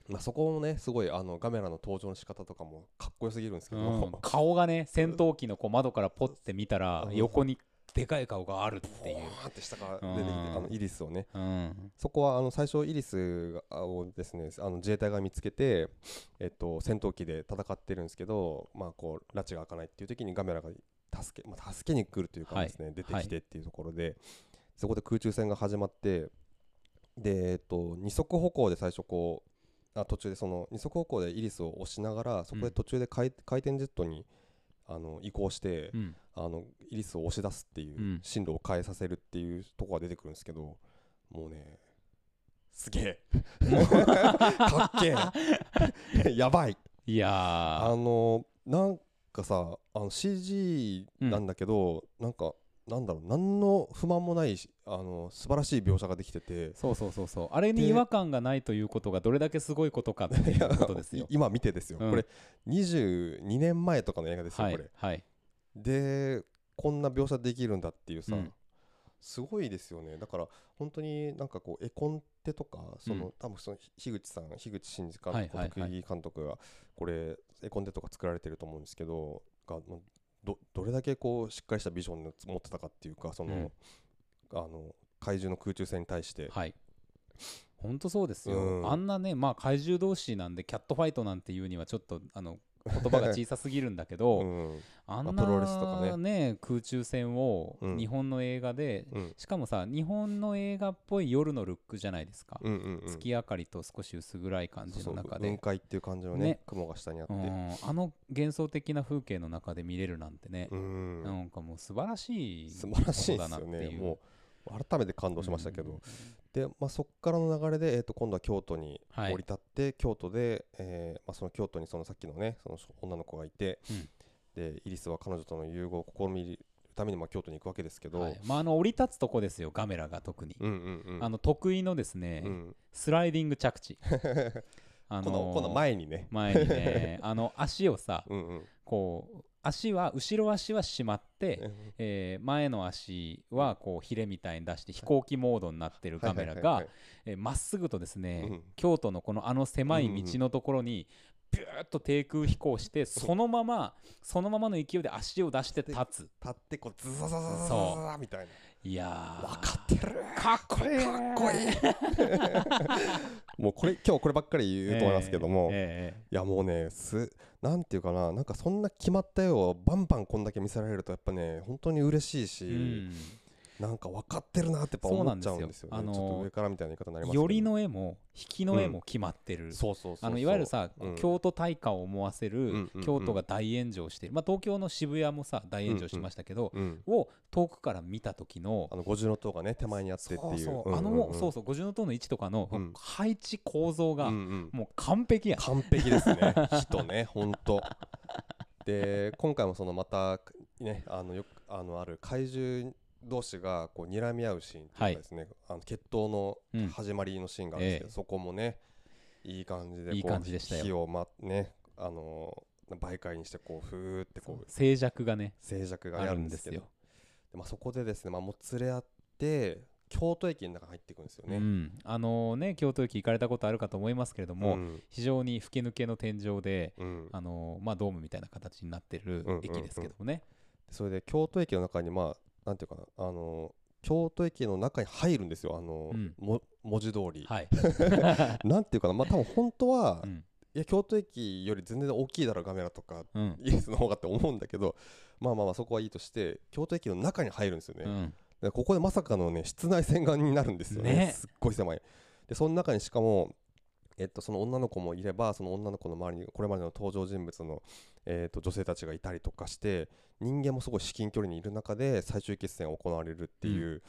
[SPEAKER 2] まあ、そこもねすごいあのガメラの登場の仕方とかもか っこよすぎるんですけ
[SPEAKER 1] う
[SPEAKER 2] ど、
[SPEAKER 1] ん、顔がね、戦闘機のこう窓からポッて見たら
[SPEAKER 2] う、ん
[SPEAKER 1] 横にでかい顔があるって
[SPEAKER 2] ボ
[SPEAKER 1] いう。
[SPEAKER 2] ーンって下から出て
[SPEAKER 1] う
[SPEAKER 2] きて、
[SPEAKER 1] ん
[SPEAKER 2] あのイリスをね
[SPEAKER 1] うん。
[SPEAKER 2] そこはあの最初イリスがあをですねあの自衛隊が見つけて、えっと、戦闘機で戦ってるんですけど、まあ、こう拉致が開かないっていう時にガメラが助け,、まあ、助けに来るというか
[SPEAKER 1] はい
[SPEAKER 2] ですね、出て
[SPEAKER 1] はい
[SPEAKER 2] きてっていうところで、そこで空中戦が始まってで、えっと、二足歩行で最初こうあ途中でその二足歩行でイリスを押しながらそこで途中で回,、回転ジェットにあの移行して、
[SPEAKER 1] うん。
[SPEAKER 2] あのイリスを押し出すってい
[SPEAKER 1] うん
[SPEAKER 2] う進路を変えさせるっていうとこが出てくるんですけど、もうねすげ えかっけ えやばい
[SPEAKER 1] いや
[SPEAKER 2] あ
[SPEAKER 1] ー。
[SPEAKER 2] のなんかさあの CG なんだけど、なんかなんだろう何の不満もないしあの素晴らしい描写ができてて
[SPEAKER 1] そうそうそうそう。あれに
[SPEAKER 2] で。
[SPEAKER 1] 違和感がないということがどれだけすごいことかっていうことですよ
[SPEAKER 2] 今見てですよ、
[SPEAKER 1] うん
[SPEAKER 2] これ22年前とかの映画ですよ、
[SPEAKER 1] はい
[SPEAKER 2] これ
[SPEAKER 1] はい。
[SPEAKER 2] でこんな描写できるんだっていうさ、
[SPEAKER 1] うん
[SPEAKER 2] すごいですよねだから本当になんかこう絵コンテとかその、
[SPEAKER 1] うん
[SPEAKER 2] 多分その樋口さん樋口真嗣
[SPEAKER 1] は
[SPEAKER 2] 監
[SPEAKER 1] い
[SPEAKER 2] 督
[SPEAKER 1] はいはい
[SPEAKER 2] 徳井監督がこれ絵コンテとか作られてると思うんですけどがもうどどれだけこうしっかりしたビジョンを持ってたかっていうかその、あの怪獣の空中戦に対して、
[SPEAKER 1] はい。本当そうですよ、
[SPEAKER 2] うん
[SPEAKER 1] あんなね、まあ怪獣同士なんで、キャットファイトなんていうには、ちょっとあの言葉が小さすぎるんだけど、
[SPEAKER 2] うん
[SPEAKER 1] あん
[SPEAKER 2] ま
[SPEAKER 1] な
[SPEAKER 2] あプロレスとか
[SPEAKER 1] ね空中戦を
[SPEAKER 2] うん
[SPEAKER 1] 日本の映画で、
[SPEAKER 2] うん
[SPEAKER 1] しかもさ日本の映画っぽい夜のルックじゃないですか、
[SPEAKER 2] うんうんうん
[SPEAKER 1] 月明かりと少し薄暗い感じの中で
[SPEAKER 2] 雲海っていう感じのね
[SPEAKER 1] ね
[SPEAKER 2] 雲が下にあって、
[SPEAKER 1] うんあの幻想的な風景の中で見れるなんてね
[SPEAKER 2] う、ん
[SPEAKER 1] なんかもう素晴らしい
[SPEAKER 2] 素晴らしいで
[SPEAKER 1] ことだ
[SPEAKER 2] すよ
[SPEAKER 1] なって
[SPEAKER 2] ね
[SPEAKER 1] いう
[SPEAKER 2] もう改めて感動しましたけど、
[SPEAKER 1] うん
[SPEAKER 2] で、まあ、そこからの流れで、えー、と今度は京都に降
[SPEAKER 1] はい
[SPEAKER 2] り立って、京都で、えーまあ、その京都にそのさっきのねその女の子がいて、
[SPEAKER 1] うん
[SPEAKER 2] でイリスは彼女との融合を試みるためにまあ京都に行くわけですけど、
[SPEAKER 1] はいまああの降り立つとこですよガメラが特に、
[SPEAKER 2] うんうんうん
[SPEAKER 1] あの得意のですね、
[SPEAKER 2] うん
[SPEAKER 1] スライディング着地あ
[SPEAKER 2] このこの前にね、
[SPEAKER 1] 前にねあの足をさ
[SPEAKER 2] うんうん
[SPEAKER 1] こう足は後ろ足はしまって、えー前の足はこうヒレみたいに出して飛行機モードになってるカメラ
[SPEAKER 2] はいはいはいは
[SPEAKER 1] が
[SPEAKER 2] い
[SPEAKER 1] えーまっすぐとですね、
[SPEAKER 2] うん
[SPEAKER 1] 京都のこのあの狭い道のところにビューッと低空飛行してそのままそのままの勢いで足を出して立つ
[SPEAKER 2] 立ってこうズザザザザザ
[SPEAKER 1] そ
[SPEAKER 2] ザみたい
[SPEAKER 1] いやー
[SPEAKER 2] な分かってる
[SPEAKER 1] かっこいい
[SPEAKER 2] かっこいい もうこれ今日こればっかり言うと思いますけども、
[SPEAKER 1] ええ
[SPEAKER 2] いやもうねすなんていうかななんかそんな決まった絵をバンバンこんだけ見せられるとやっぱね本当に嬉しいし、
[SPEAKER 1] ええうん
[SPEAKER 2] なんか分かってるなってやっぱ思っちゃうんですよね
[SPEAKER 1] そうなんですよあのー
[SPEAKER 2] ちょっと上からみたいな言い方になりますけど
[SPEAKER 1] よりの絵も引きの絵も決まってる、
[SPEAKER 2] そうそうそうそう
[SPEAKER 1] あのいわゆるさ、
[SPEAKER 2] うん
[SPEAKER 1] 京都大火を思わせ
[SPEAKER 2] ん
[SPEAKER 1] る
[SPEAKER 2] うんうん
[SPEAKER 1] 京都が大炎上している、まあ、東京の渋谷もさ大炎上しましたけど、
[SPEAKER 2] うん、
[SPEAKER 1] を遠くから見た時の
[SPEAKER 2] あの五重の塔がね手前にあってっていう
[SPEAKER 1] そうそ
[SPEAKER 2] ん
[SPEAKER 1] うあ
[SPEAKER 2] んん
[SPEAKER 1] のそうそう五重塔の位置とかの
[SPEAKER 2] うん
[SPEAKER 1] 配置構造が
[SPEAKER 2] うんうん
[SPEAKER 1] もう完璧やん
[SPEAKER 2] 完璧ですね人ね本当で今回もそのまたねあのよくあのある怪獣同士がこう睨み合うシーンとかですね、あの決闘の
[SPEAKER 1] うん
[SPEAKER 2] 始まりのシーンがあるんですけど、
[SPEAKER 1] ええ
[SPEAKER 2] そこもねいい感じでこう
[SPEAKER 1] いい感じでしたよ
[SPEAKER 2] 火を、まねあの媒介にしてこうふーってこう
[SPEAKER 1] 静寂がね
[SPEAKER 2] 静寂が
[SPEAKER 1] あ
[SPEAKER 2] や
[SPEAKER 1] る
[SPEAKER 2] る
[SPEAKER 1] ん
[SPEAKER 2] んで
[SPEAKER 1] ですす
[SPEAKER 2] けど
[SPEAKER 1] よ。
[SPEAKER 2] でまあ、そこでですね、まあ、もつれ合って京都駅の中に入っていくんですよね。
[SPEAKER 1] うん、あのね京都駅行かれたことあるかと思いますけれども、
[SPEAKER 2] うん
[SPEAKER 1] 非常に吹き抜けの天井で、
[SPEAKER 2] うん
[SPEAKER 1] あのまあ、ドームみたいな形になってる
[SPEAKER 2] うんうん
[SPEAKER 1] 駅ですけどもね、
[SPEAKER 2] それで京都駅の中にまあなんていうかなあの京都駅の中に入るんですよあの、
[SPEAKER 1] うん
[SPEAKER 2] も文字通り、
[SPEAKER 1] はい、
[SPEAKER 2] なんていうかなまあ多分本当は、
[SPEAKER 1] う
[SPEAKER 2] い
[SPEAKER 1] ん
[SPEAKER 2] や京都駅より全然大きいだろガメラとか
[SPEAKER 1] うん
[SPEAKER 2] イギリスの方がって思うんだけどまあまあまあそこはいいとして京都駅の中に入るんですよね、
[SPEAKER 1] うん
[SPEAKER 2] でここでまさかのね室内洗顔になるんですよね
[SPEAKER 1] ね
[SPEAKER 2] すっごい狭いでその中にしかもえっと、その女の子もいればその女の子の周りにこれまでの登場人物の、えっと、女性たちがいたりとかして人間もすごい至近距離にいる中で最終決戦が行われるっていう、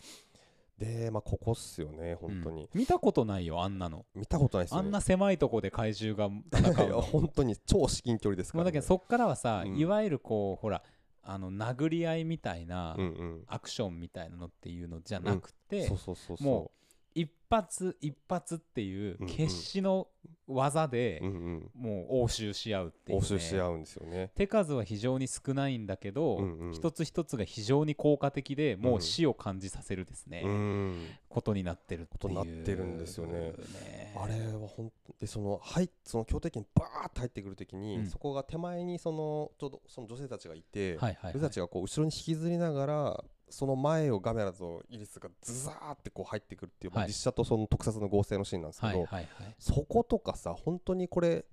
[SPEAKER 2] でまあここっすよね本当に、
[SPEAKER 1] うん見たことないよあんなの、
[SPEAKER 2] 見たことないですよ
[SPEAKER 1] あ
[SPEAKER 2] ね
[SPEAKER 1] んな狭いとこで怪獣が戦う
[SPEAKER 2] いや
[SPEAKER 1] の
[SPEAKER 2] 本当に超至近距離ですか
[SPEAKER 1] まあ
[SPEAKER 2] ら、ね
[SPEAKER 1] だけどそっからはさ、
[SPEAKER 2] うん
[SPEAKER 1] いわゆるこうほらあの殴り合いみたいな、
[SPEAKER 2] うんうん
[SPEAKER 1] アクションみたいなのっていうのじゃなくて、
[SPEAKER 2] そうそうそうそう
[SPEAKER 1] も一発一発っていう
[SPEAKER 2] うんうん
[SPEAKER 1] 決死の技で
[SPEAKER 2] う、んうん
[SPEAKER 1] もう応酬し合うっていう、ね、
[SPEAKER 2] 応酬し合うんですよね
[SPEAKER 1] 手数は非常に少ないんだけど、
[SPEAKER 2] うんうん
[SPEAKER 1] 一つ一つが非常に効果的でもう死を感じさせるですね、
[SPEAKER 2] うん
[SPEAKER 1] ことになってるっていう
[SPEAKER 2] ことになってるんですよね
[SPEAKER 1] ね
[SPEAKER 2] あれは本当でその入っその京都駅にバーって入ってくるときに、
[SPEAKER 1] うん
[SPEAKER 2] そこが手前にそのちょうどその女性たちがいて、
[SPEAKER 1] はいはいはい、
[SPEAKER 2] 女性たちがこう後ろに引きずりながらその前をガメラとイリスがズザーってこう入ってくるっていう、まあ
[SPEAKER 1] はい
[SPEAKER 2] 実写とその特撮の合成のシーンなんですけ
[SPEAKER 1] はい
[SPEAKER 2] ど、
[SPEAKER 1] はいはい
[SPEAKER 2] そことかさ本当にこれ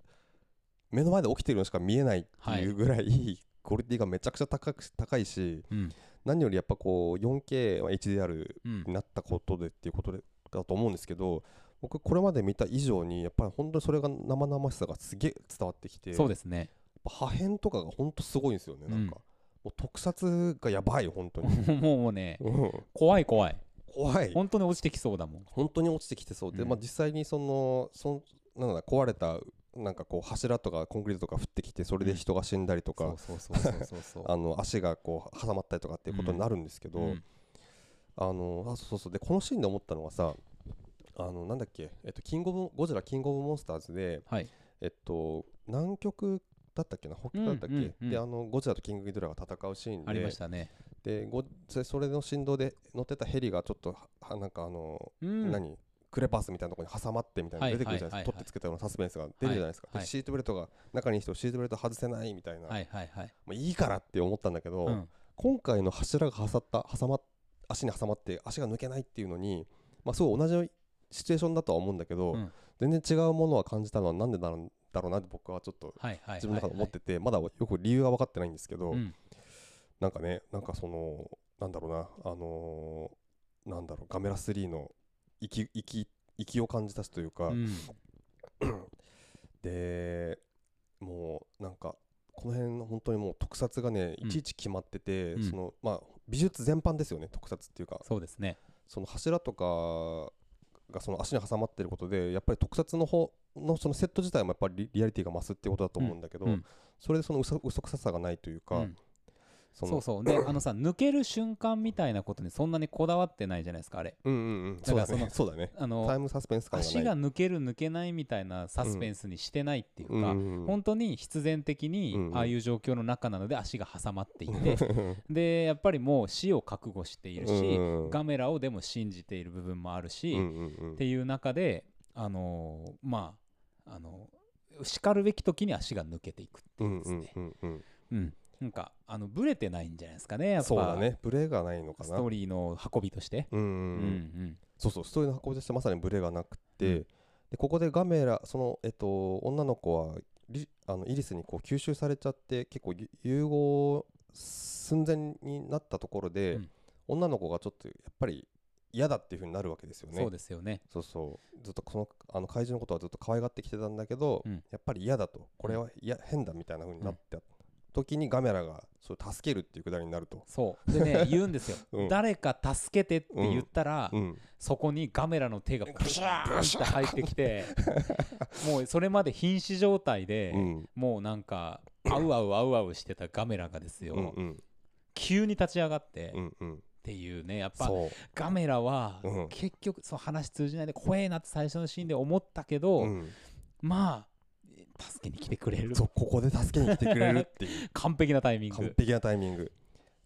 [SPEAKER 2] 目の前で起きてるのしか見えないっていうぐらい、クオリティがめちゃくちゃ高く高いし
[SPEAKER 1] うん
[SPEAKER 2] 何よりやっぱこう 4K は HDR
[SPEAKER 1] うん
[SPEAKER 2] になったことでっていうことでだと思うんですけど僕これまで見た以上にやっぱり本当にそれが生々しさがすげえ伝わってきて
[SPEAKER 1] そうですね
[SPEAKER 2] やっぱ破片とかが本当すごいんですよねなんか、
[SPEAKER 1] うん
[SPEAKER 2] もう特撮がやばい本当に、
[SPEAKER 1] もうもうね
[SPEAKER 2] うん、
[SPEAKER 1] 怖い怖い
[SPEAKER 2] 怖い
[SPEAKER 1] 本当に落ちてきそうだもん
[SPEAKER 2] 本当に落ちてきてそうで、
[SPEAKER 1] うん
[SPEAKER 2] まあ実際にそのそのなんだ壊れたなんかこう柱とかコンクリートとか降ってきてそれで人が死んだりとか、
[SPEAKER 1] そうそうそうそうそうそう
[SPEAKER 2] あの足がこう挟まったりとかっていうことになるんですけど、
[SPEAKER 1] うん
[SPEAKER 2] あのあそうそうでこのシーンで思ったのがさあのなんだっけ、えっと、キングオブゴジラキングオブモンスターズで、
[SPEAKER 1] はい
[SPEAKER 2] えっと、南極だったっけな北極だったっけ、
[SPEAKER 1] うんうんうん
[SPEAKER 2] であのゴジラとキングギドラが戦うシーン
[SPEAKER 1] ありま
[SPEAKER 2] で
[SPEAKER 1] したね
[SPEAKER 2] でごそれそれの振動で乗ってたヘリがちょっとははなんかあの、
[SPEAKER 1] うん
[SPEAKER 2] 何クレパスみたいなところに挟まってみたいなの出てくるじゃないですか、
[SPEAKER 1] はいはいはいはい
[SPEAKER 2] 取ってつけたようなサスペンスが出るじゃないですか、
[SPEAKER 1] はい
[SPEAKER 2] で
[SPEAKER 1] はい
[SPEAKER 2] シートベルトが中にいる人シートベルト外せないみたいな、
[SPEAKER 1] はいはいはい
[SPEAKER 2] まあ、いいからって思ったんだけど、
[SPEAKER 1] うん
[SPEAKER 2] 今回の柱が挟った挟ま足に挟まって足が抜けないっていうのに、まあ、すごい同じシチュエーションだとは思うんだけど、
[SPEAKER 1] うん
[SPEAKER 2] 全然違うものは感じたのはなんでなんだだろうなって僕はちょっと
[SPEAKER 1] はいはいはいはい
[SPEAKER 2] 自分の中で思っててまだよく理由は分かってないんですけど
[SPEAKER 1] うん
[SPEAKER 2] なんかねなんかそのなんだろうなあのーなんだろうガメラ3の息息息を感じたしというか
[SPEAKER 1] うん
[SPEAKER 2] でもうなんかこの辺本当にもう特撮がね
[SPEAKER 1] うん
[SPEAKER 2] いちいち決まってて、
[SPEAKER 1] うん
[SPEAKER 2] そのまあ美術全般ですよね特撮っていうか
[SPEAKER 1] そうですね
[SPEAKER 2] その柱とかがその足に挟まってることでやっぱり特撮の方のそのセット自体もやっぱりリリアリティが増すってことだと思うんだけど、
[SPEAKER 1] うんうん
[SPEAKER 2] それでその嘘嘘くささがないというか、
[SPEAKER 1] うん
[SPEAKER 2] その
[SPEAKER 1] そうそうであのさ抜ける瞬間みたいなことにそんなにこだわってないじゃないですかあれ
[SPEAKER 2] うんうんうん
[SPEAKER 1] だ
[SPEAKER 2] そ
[SPEAKER 1] か
[SPEAKER 2] う
[SPEAKER 1] らそ
[SPEAKER 2] だ
[SPEAKER 1] の
[SPEAKER 2] ね そうだね
[SPEAKER 1] あ
[SPEAKER 2] タイ
[SPEAKER 1] の
[SPEAKER 2] ムサスペンス感がない
[SPEAKER 1] 足が抜ける抜けないみたいなサスペンスにしてないっていうか、
[SPEAKER 2] うん
[SPEAKER 1] 本当に必然的に
[SPEAKER 2] うんうん
[SPEAKER 1] ああいう状況の中なので足が挟まっていて でやっぱりもう死を覚悟しているし、
[SPEAKER 2] うん
[SPEAKER 1] ガメラをでも信じている部分もあるし、
[SPEAKER 2] うん
[SPEAKER 1] っ
[SPEAKER 2] うんうん
[SPEAKER 1] ていう中であのーまああのしかるべき時に足が抜けていくって
[SPEAKER 2] う
[SPEAKER 1] い
[SPEAKER 2] ん
[SPEAKER 1] うんです
[SPEAKER 2] う
[SPEAKER 1] ね、
[SPEAKER 2] んうんうん
[SPEAKER 1] うん、なんかあのブレてないんじゃないですかねやっぱ
[SPEAKER 2] そうだねブレがないのか
[SPEAKER 1] ス
[SPEAKER 2] な
[SPEAKER 1] トーリーの運びとして。
[SPEAKER 2] うんう
[SPEAKER 1] うんんう
[SPEAKER 2] うん
[SPEAKER 1] ん
[SPEAKER 2] そうそうストーリーの運びとしてまさにブレがなくて、
[SPEAKER 1] うん
[SPEAKER 2] でここでガメラそのえっと女の子はリあのイリスにこう吸収されちゃって結構ゆ融合寸前になったところで、
[SPEAKER 1] うん
[SPEAKER 2] 女の子がちょっとやっぱり嫌だっていうふうになるわけですよね
[SPEAKER 1] そうですよね。
[SPEAKER 2] そうそうずっとこのあの怪獣のことはずっと可愛がってきてたんだけど、
[SPEAKER 1] うん
[SPEAKER 2] やっぱり嫌だとこれはいや変だみたいなふうになった時にガメラがそれを助けるっていうくだりになると、
[SPEAKER 1] そうで ね言うんですよ、
[SPEAKER 2] うん
[SPEAKER 1] 誰か助けてって言ったら、
[SPEAKER 2] うん、
[SPEAKER 1] そこにガメラの手がブシャーンって入ってき てもうそれまで瀕死状態で、
[SPEAKER 2] うん
[SPEAKER 1] もうなんかアウアウアウアウしてたガメラがですよ、
[SPEAKER 2] うんうん
[SPEAKER 1] 急に立ち上がって、
[SPEAKER 2] う
[SPEAKER 1] っ
[SPEAKER 2] んうん
[SPEAKER 1] ていうねやっぱ
[SPEAKER 2] そう
[SPEAKER 1] ガメラは
[SPEAKER 2] うん
[SPEAKER 1] 結局そう話通じないで怖えなって最初のシーンで思ったけど、
[SPEAKER 2] うん
[SPEAKER 1] まあ助けに来てくれる
[SPEAKER 2] そうここで助けに来てくれるっていう
[SPEAKER 1] 完璧なタイミン
[SPEAKER 2] 完
[SPEAKER 1] グ。
[SPEAKER 2] 璧なタイミング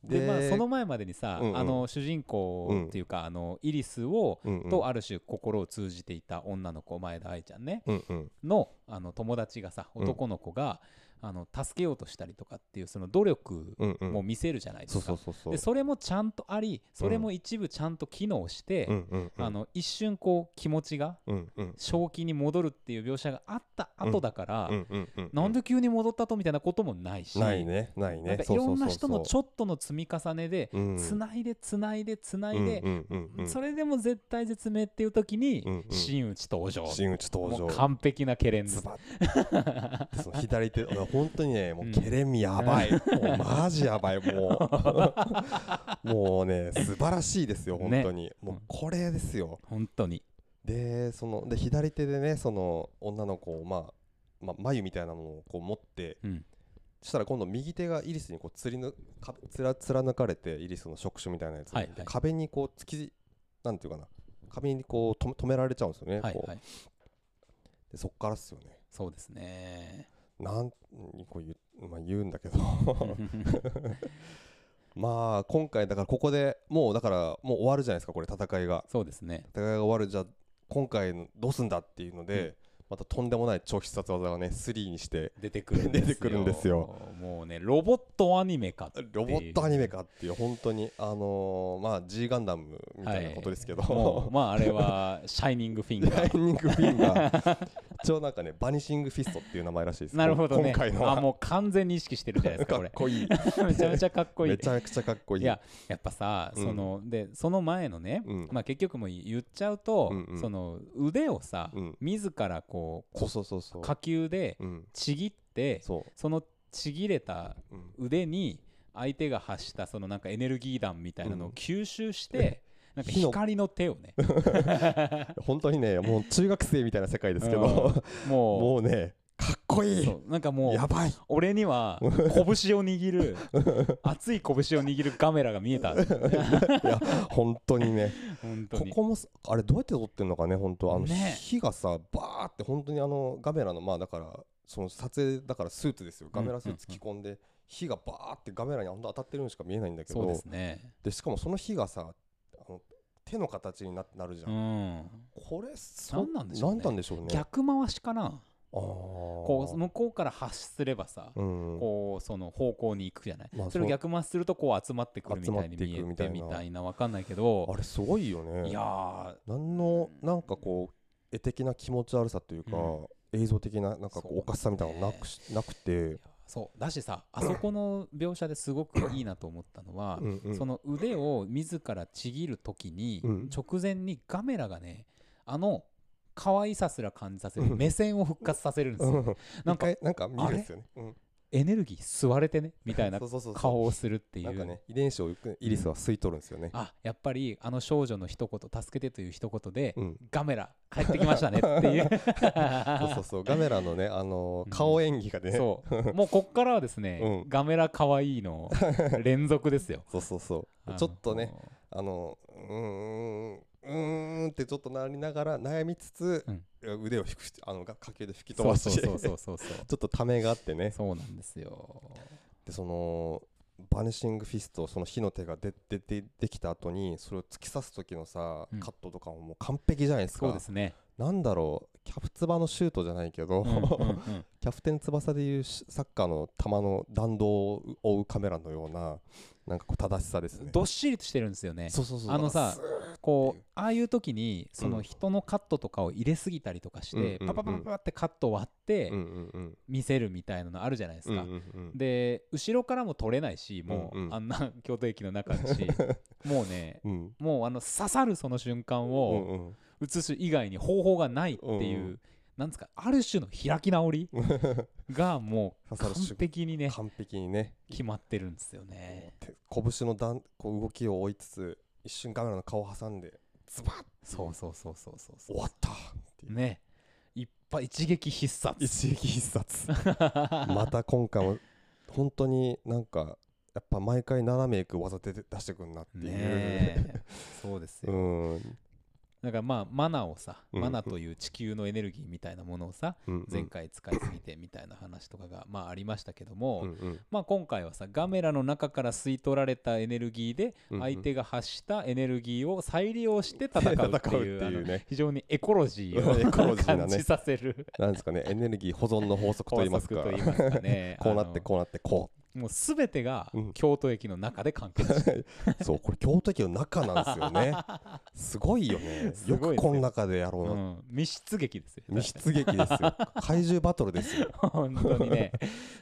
[SPEAKER 1] でまあ、その前までにさ、
[SPEAKER 2] うんうん
[SPEAKER 1] あの主人公っていうか、あのイリスを、
[SPEAKER 2] うんうん
[SPEAKER 1] とある種心を通じていた女の子前田愛ちゃんね、
[SPEAKER 2] うんうん
[SPEAKER 1] のあの友達がさ
[SPEAKER 2] うん
[SPEAKER 1] 男の子が、あの助けようとしたりとかっていうその努力
[SPEAKER 2] うんうん
[SPEAKER 1] も見せるじゃないで
[SPEAKER 2] そ
[SPEAKER 1] す
[SPEAKER 2] うそ
[SPEAKER 1] か
[SPEAKER 2] う。そうそう
[SPEAKER 1] でそれもちゃんとありそれも一部ちゃんと機能して、
[SPEAKER 2] うんうんうん
[SPEAKER 1] あの一瞬こう気持ちが
[SPEAKER 2] うんうん
[SPEAKER 1] 正気に戻るっていう描写があった後だから、
[SPEAKER 2] うんうんうん
[SPEAKER 1] なんで急に戻ったとみたいなこともないし
[SPEAKER 2] ないねない
[SPEAKER 1] なん
[SPEAKER 2] ね
[SPEAKER 1] かい
[SPEAKER 2] そうそう
[SPEAKER 1] ろ
[SPEAKER 2] そうんそう
[SPEAKER 1] な人のちょっとの積み重ねで
[SPEAKER 2] うん
[SPEAKER 1] つないでつないでつないで
[SPEAKER 2] う、んうんうんうん
[SPEAKER 1] それでも絶対絶命っていう時に、
[SPEAKER 2] うんうん
[SPEAKER 1] 真打ち登場
[SPEAKER 2] 真打ち登
[SPEAKER 1] もう
[SPEAKER 2] 場
[SPEAKER 1] 完璧なケレンズ
[SPEAKER 2] ズバッ てその左手俺本当にねも
[SPEAKER 1] う
[SPEAKER 2] うんケレミやばいもうマジやばいも うもうね素晴らしいですよ本当にもうこれですよ
[SPEAKER 1] 本当に
[SPEAKER 2] でそので左手でねその女の子を、まあまあ、眉みたいなものをこう持って
[SPEAKER 1] うん
[SPEAKER 2] そしたら今度右手がイリスにこうつりぬかつら貫かれてイリスの触手みたいなやつで、
[SPEAKER 1] はいはい
[SPEAKER 2] で壁にこう突きなんていうかな壁にこう止め止められちゃうんですよね、
[SPEAKER 1] はい
[SPEAKER 2] こう
[SPEAKER 1] はい
[SPEAKER 2] でそっからっすよね
[SPEAKER 1] そうですね
[SPEAKER 2] なんこう言う、まあ、言うんだ けど
[SPEAKER 1] う
[SPEAKER 2] まあ今回だからここでもうだからもう終わるじゃないですかこれ戦いが
[SPEAKER 1] そうですね
[SPEAKER 2] 戦いが終わるじゃあ今回のどうすんだっていうので、
[SPEAKER 1] うん
[SPEAKER 2] またとんでもない超必殺技がね3にして
[SPEAKER 1] 出てくるんですよ
[SPEAKER 2] 出てくるんですよ
[SPEAKER 1] もうねロボットアニメか
[SPEAKER 2] ロボットアニメかっていう本当にあのーまあ G ガンダムみたいなことですけど、
[SPEAKER 1] も うまああれは「シャイニングフィンガ
[SPEAKER 2] ダイ
[SPEAKER 1] ー
[SPEAKER 2] ニングフィンガー一応なんかねバニシングフィストっていう名前らしいで」す
[SPEAKER 1] なるほどね
[SPEAKER 2] 今回のは
[SPEAKER 1] あもう完全に意識してるじゃないですか
[SPEAKER 2] か
[SPEAKER 1] これ
[SPEAKER 2] っ こいい
[SPEAKER 1] めちゃめちゃかっこいい
[SPEAKER 2] めちゃくちゃかっこいい
[SPEAKER 1] いややっぱさ
[SPEAKER 2] うん
[SPEAKER 1] そのでその前のね
[SPEAKER 2] うん
[SPEAKER 1] まあ結局もう言っちゃうと
[SPEAKER 2] うんうん
[SPEAKER 1] その腕をさ
[SPEAKER 2] うん
[SPEAKER 1] 自らこう
[SPEAKER 2] そう
[SPEAKER 1] こ
[SPEAKER 2] そうそうそう
[SPEAKER 1] 火球で
[SPEAKER 2] うん
[SPEAKER 1] ちぎって
[SPEAKER 2] そ
[SPEAKER 1] そのちぎれた
[SPEAKER 2] う、 うん
[SPEAKER 1] 腕に相手が発したそのなんかエネルギー弾みたいなのを
[SPEAKER 2] うん
[SPEAKER 1] 吸収 して、なんか
[SPEAKER 2] 火の
[SPEAKER 1] 光の手をね
[SPEAKER 2] 本当にねもう中学生みたいな世界ですけ ど、
[SPEAKER 1] も
[SPEAKER 2] もうねかっこ
[SPEAKER 1] う
[SPEAKER 2] いい
[SPEAKER 1] そうなんかもう
[SPEAKER 2] やばい
[SPEAKER 1] 俺に は拳を握る熱い拳を握るガメラが見え た
[SPEAKER 2] いや本当にね
[SPEAKER 1] 本当
[SPEAKER 2] こ
[SPEAKER 1] に
[SPEAKER 2] こもすあれどうやって撮ってんのかね本当あの
[SPEAKER 1] ね
[SPEAKER 2] 火がさバーって本当にあのガメラのまあだからその撮影だからスーツですよガメラスーツ着込んで火がバーってガメラに本当当たってるようにしか見えないんだけ
[SPEAKER 1] そうで
[SPEAKER 2] ど
[SPEAKER 1] すね
[SPEAKER 2] でしかもその火がさあの手の形にななるじゃ
[SPEAKER 1] うんん
[SPEAKER 2] これそ
[SPEAKER 1] なんなんでしょうね
[SPEAKER 2] なんなんでしょうねあ
[SPEAKER 1] 逆回しかな
[SPEAKER 2] あ
[SPEAKER 1] こう
[SPEAKER 2] こ
[SPEAKER 1] 向こうから発すればさ、
[SPEAKER 2] うん
[SPEAKER 1] こうその方向に行くじゃない、
[SPEAKER 2] まあ
[SPEAKER 1] それを
[SPEAKER 2] そう
[SPEAKER 1] 逆回しするとこう集まってくるみたいに見え
[SPEAKER 2] 集まって
[SPEAKER 1] て
[SPEAKER 2] いくみたい
[SPEAKER 1] み
[SPEAKER 2] な
[SPEAKER 1] たいなわかんないけど
[SPEAKER 2] あれすごいよね
[SPEAKER 1] いやー
[SPEAKER 2] なんのなんかこう絵的な気持ち悪さというか
[SPEAKER 1] うん
[SPEAKER 2] 映像的ななんかこ
[SPEAKER 1] そう
[SPEAKER 2] うおかしさみたいなのなくしなくて、
[SPEAKER 1] そうだしさあそこの描写ですごくいいなと思ったのは、
[SPEAKER 2] うんうん
[SPEAKER 1] その腕を自らちぎる時に、
[SPEAKER 2] うん
[SPEAKER 1] 直前にガメラがねあの可愛さすら感じさせる目線を復活させるんですよ、
[SPEAKER 2] うん
[SPEAKER 1] なんか
[SPEAKER 2] 一回なんか見るんですよね、うん、
[SPEAKER 1] エネルギー吸われてねみたいな
[SPEAKER 2] そうそうそうそう
[SPEAKER 1] 顔をするってい
[SPEAKER 2] なんか
[SPEAKER 1] う
[SPEAKER 2] ね遺伝子をよくイリスは吸い取るんですよね、
[SPEAKER 1] あやっぱりあの少女の一言助けてという一言で、
[SPEAKER 2] うん、
[SPEAKER 1] ガメラ帰ってきましたねって いう
[SPEAKER 2] そうそうそうガメラのねあのー顔演技がね、
[SPEAKER 1] そうもうこっからはですね、
[SPEAKER 2] うん
[SPEAKER 1] ガメラ可愛いの連続ですよ
[SPEAKER 2] そうそうそ
[SPEAKER 1] あの
[SPEAKER 2] う ちょっとねあのうーんうーんってちょっとなりながら悩みつつ、
[SPEAKER 1] うん
[SPEAKER 2] 腕を引くしあのが家計で吹き飛
[SPEAKER 1] そ
[SPEAKER 2] ば
[SPEAKER 1] う
[SPEAKER 2] し
[SPEAKER 1] そう
[SPEAKER 2] て
[SPEAKER 1] そう
[SPEAKER 2] ち
[SPEAKER 1] そうそ
[SPEAKER 2] ょ
[SPEAKER 1] うそう
[SPEAKER 2] っとためがあって ね
[SPEAKER 1] そうなんですよ
[SPEAKER 2] でそのバネシングフィストその火の手が出てでできた後にそれを突き刺す時のさ、
[SPEAKER 1] うん
[SPEAKER 2] カットとかももう完璧じゃないですか
[SPEAKER 1] そうです ね
[SPEAKER 2] なんだろうキャプツバのシュートじゃないけど、
[SPEAKER 1] うんうんうん
[SPEAKER 2] キャプテン翼でいうしサッカーの球の弾道を追うカメラのようななんかこう正しさですね。
[SPEAKER 1] どっしりとしてるんですよね
[SPEAKER 2] そうそうそう
[SPEAKER 1] あのさ
[SPEAKER 2] スーッ
[SPEAKER 1] こ
[SPEAKER 2] って
[SPEAKER 1] うああいう時にその人のカットとかを入れすぎたりとかし
[SPEAKER 2] うんう
[SPEAKER 1] て
[SPEAKER 2] んうん
[SPEAKER 1] パパパパパってカット割って
[SPEAKER 2] うんうんうん
[SPEAKER 1] 見せるみたいなのあるじゃないです
[SPEAKER 2] うんう
[SPEAKER 1] か。
[SPEAKER 2] ん
[SPEAKER 1] で後ろからも撮れないしも
[SPEAKER 2] うんう
[SPEAKER 1] うんあんな 京都駅の中だ しもうね
[SPEAKER 2] うんうん
[SPEAKER 1] もうあの刺さるその瞬間
[SPEAKER 2] う
[SPEAKER 1] を
[SPEAKER 2] ん
[SPEAKER 1] 映す以外に方法がないって
[SPEAKER 2] うん
[SPEAKER 1] いううなんですかある種の開き直りがもう
[SPEAKER 2] 刺さ
[SPEAKER 1] 完
[SPEAKER 2] る瞬間
[SPEAKER 1] 璧に
[SPEAKER 2] うん
[SPEAKER 1] ね
[SPEAKER 2] 完璧にね
[SPEAKER 1] 決まってるんですよね。
[SPEAKER 2] 手拳の弾こう動きを追いつつ一瞬カメラの顔を挟んでズバッ
[SPEAKER 1] そうそうそうそうそうそ
[SPEAKER 2] 終 わった
[SPEAKER 1] う。ねいっぱい一撃必殺。
[SPEAKER 2] 一撃必殺また今回も本当になんかやっぱ毎回斜めいく技出て出してくんなっていう、
[SPEAKER 1] ねえそうです
[SPEAKER 2] う
[SPEAKER 1] よ、
[SPEAKER 2] ん、うん
[SPEAKER 1] だからまあマナをさ、
[SPEAKER 2] うん
[SPEAKER 1] マナという地球のエネルギーみたいなものをさ
[SPEAKER 2] うん
[SPEAKER 1] 前回使いすぎてみたいな話とかがまあありましたけども、
[SPEAKER 2] うんうん
[SPEAKER 1] まあ、今回はさガメラの中から吸い取られたエネルギーで
[SPEAKER 2] うんうん
[SPEAKER 1] 相手が発したエネルギーを再利用して戦うっていう
[SPEAKER 2] 戦うっていうね
[SPEAKER 1] あの非常にエコロジーを
[SPEAKER 2] エコロジーな
[SPEAKER 1] 感
[SPEAKER 2] ね
[SPEAKER 1] じさせる
[SPEAKER 2] なんですかねエネルギー保存の法則と言いますか
[SPEAKER 1] 法則と言いますかね
[SPEAKER 2] こうなってこうなってこ
[SPEAKER 1] あのもう全てが
[SPEAKER 2] うん
[SPEAKER 1] 京都駅の中で完 結して
[SPEAKER 2] うそうこれ京都駅の中なんですよねすごいよ
[SPEAKER 1] すご
[SPEAKER 2] ね
[SPEAKER 1] い
[SPEAKER 2] よ
[SPEAKER 1] ですよ
[SPEAKER 2] くこの中でやろう
[SPEAKER 1] う
[SPEAKER 2] な、
[SPEAKER 1] ん、密室劇ですよ
[SPEAKER 2] 密室劇ですよ怪獣バトルですよ
[SPEAKER 1] 本当に ね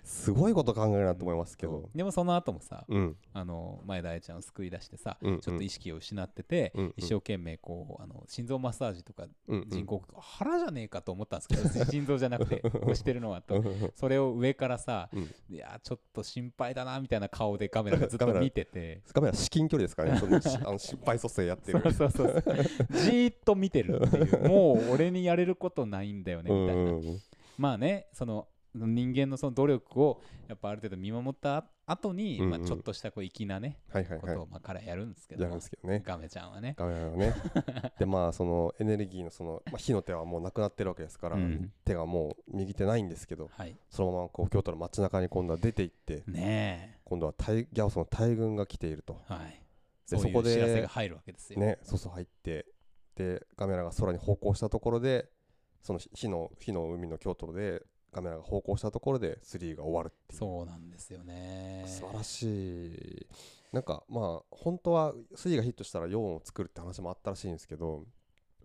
[SPEAKER 2] すごいこと考えるなと思いますけど
[SPEAKER 1] でもその後もさ、
[SPEAKER 2] うん
[SPEAKER 1] あの前田愛ちゃんを救い出してさ、
[SPEAKER 2] うんうん
[SPEAKER 1] ちょっと意識を失ってて、
[SPEAKER 2] うんうん
[SPEAKER 1] 一生懸命こうあの心臓マッサージとか
[SPEAKER 2] うんうん
[SPEAKER 1] 人工、腹じゃねえかと思ったんです けど別に心臓じゃなくて押してるのはとそれを上からさ、
[SPEAKER 2] うん
[SPEAKER 1] いやーちょっと心配だなみたいな顔でカメラがずっと見てて
[SPEAKER 2] カメラ至近距離ですからねそのしあの心肺蘇生やって
[SPEAKER 1] そ
[SPEAKER 2] る
[SPEAKER 1] うそうそうじーっと見てるっていうもう俺にやれることないんだよね
[SPEAKER 2] う
[SPEAKER 1] み
[SPEAKER 2] ん
[SPEAKER 1] たいな、
[SPEAKER 2] うんうん
[SPEAKER 1] まあねその人間のその努力をやっぱある程度見守った後に、
[SPEAKER 2] うんうん
[SPEAKER 1] まあ、ちょっとしたこう粋なね
[SPEAKER 2] はいはい
[SPEAKER 1] こ
[SPEAKER 2] はい
[SPEAKER 1] とをまあ彼はやるんですけど
[SPEAKER 2] やるんですけどね
[SPEAKER 1] ガメちゃんはね
[SPEAKER 2] カメラのねでまあそのエネルギーのその、まあ、火の手はもうなくなってるわけですから、
[SPEAKER 1] うん
[SPEAKER 2] 手がもう右手ないんですけど
[SPEAKER 1] はい
[SPEAKER 2] そのままこう京都の街中に今度は出て行って
[SPEAKER 1] ね
[SPEAKER 2] 今度は大ギャオスの大軍が来ていると
[SPEAKER 1] えはいそ
[SPEAKER 2] で
[SPEAKER 1] うい
[SPEAKER 2] そこ
[SPEAKER 1] う
[SPEAKER 2] で
[SPEAKER 1] 知らせが入るわけですよ、
[SPEAKER 2] ねそうそう入ってでカメラが空に方向したところでその火の火の海の京都でカメラが方向したところで3が終わるっていう
[SPEAKER 1] そうなんですよね
[SPEAKER 2] 素晴らしいなんかまあ本当は3がヒットしたら4を作るって話もあったらしいんですけど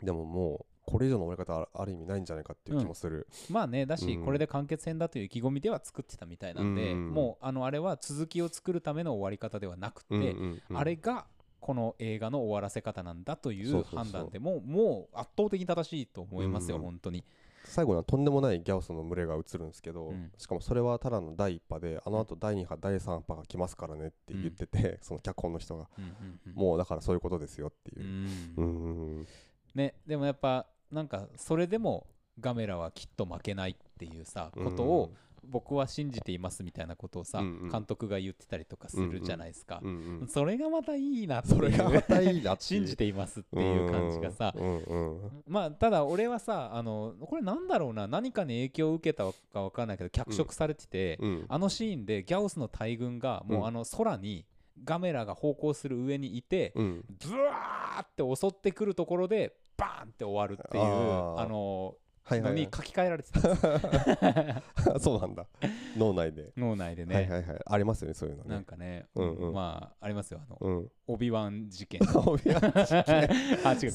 [SPEAKER 2] でももうこれ以上の終わり方あある意味ないんじゃないかっていう気もする、
[SPEAKER 1] まあねだし、
[SPEAKER 2] うん
[SPEAKER 1] これで完結編だという意気込みでは作ってたみたいなんで、
[SPEAKER 2] うん
[SPEAKER 1] もうあのあれは続きを作るための終わり方ではなくて、
[SPEAKER 2] うんうんうん
[SPEAKER 1] あれがこの映画の終わらせ方なんだとい
[SPEAKER 2] そ
[SPEAKER 1] う
[SPEAKER 2] うそうそう
[SPEAKER 1] 判断でももう圧倒的に正しいと思いますよ、
[SPEAKER 2] うん
[SPEAKER 1] 本当に
[SPEAKER 2] 最後にはとんでもないギャオスの群れが映るんですけど、
[SPEAKER 1] うん
[SPEAKER 2] しかもそれはただの第1波であのあと第2波第3波が来ますからねって言ってて、その脚本の人が
[SPEAKER 1] うんうんうん
[SPEAKER 2] もうだからそういうことですよっていう
[SPEAKER 1] ん
[SPEAKER 2] う。うんうんうん
[SPEAKER 1] ね、でもやっぱなんかそれでもガメラはきっと負けないっていうさことを僕は信じていますみたいなことをさ
[SPEAKER 2] うんうん
[SPEAKER 1] 監督が言ってたりとかするじゃないですか
[SPEAKER 2] うんうん
[SPEAKER 1] それがまたいいなって
[SPEAKER 2] それ
[SPEAKER 1] い
[SPEAKER 2] が
[SPEAKER 1] う
[SPEAKER 2] またいいなっていう
[SPEAKER 1] 信じていますっていう感じがさ
[SPEAKER 2] うんうんうん
[SPEAKER 1] まあただ俺はさあのこれなんだろうな何かに影響を受けたかわかんないけど脚色されてて
[SPEAKER 2] うん
[SPEAKER 1] あのシーンでギャオスの大群がもうあの空にガメラが方向する上にいて
[SPEAKER 2] うん
[SPEAKER 1] ブワーって襲ってくるところでバーンって終わるっていう
[SPEAKER 2] あ
[SPEAKER 1] あ
[SPEAKER 2] ー
[SPEAKER 1] の
[SPEAKER 2] はい
[SPEAKER 1] の
[SPEAKER 2] はい、は
[SPEAKER 1] に
[SPEAKER 2] い、
[SPEAKER 1] 書き換えられてたんです
[SPEAKER 2] そうなんだ脳内で、
[SPEAKER 1] 脳内でね、
[SPEAKER 2] はいはいはいありますよねそういうの
[SPEAKER 1] なん
[SPEAKER 2] ね
[SPEAKER 1] かね、
[SPEAKER 2] うんうん
[SPEAKER 1] まあありますよあの
[SPEAKER 2] うん
[SPEAKER 1] オビワン 事件
[SPEAKER 2] お部屋
[SPEAKER 1] あ違う
[SPEAKER 2] そう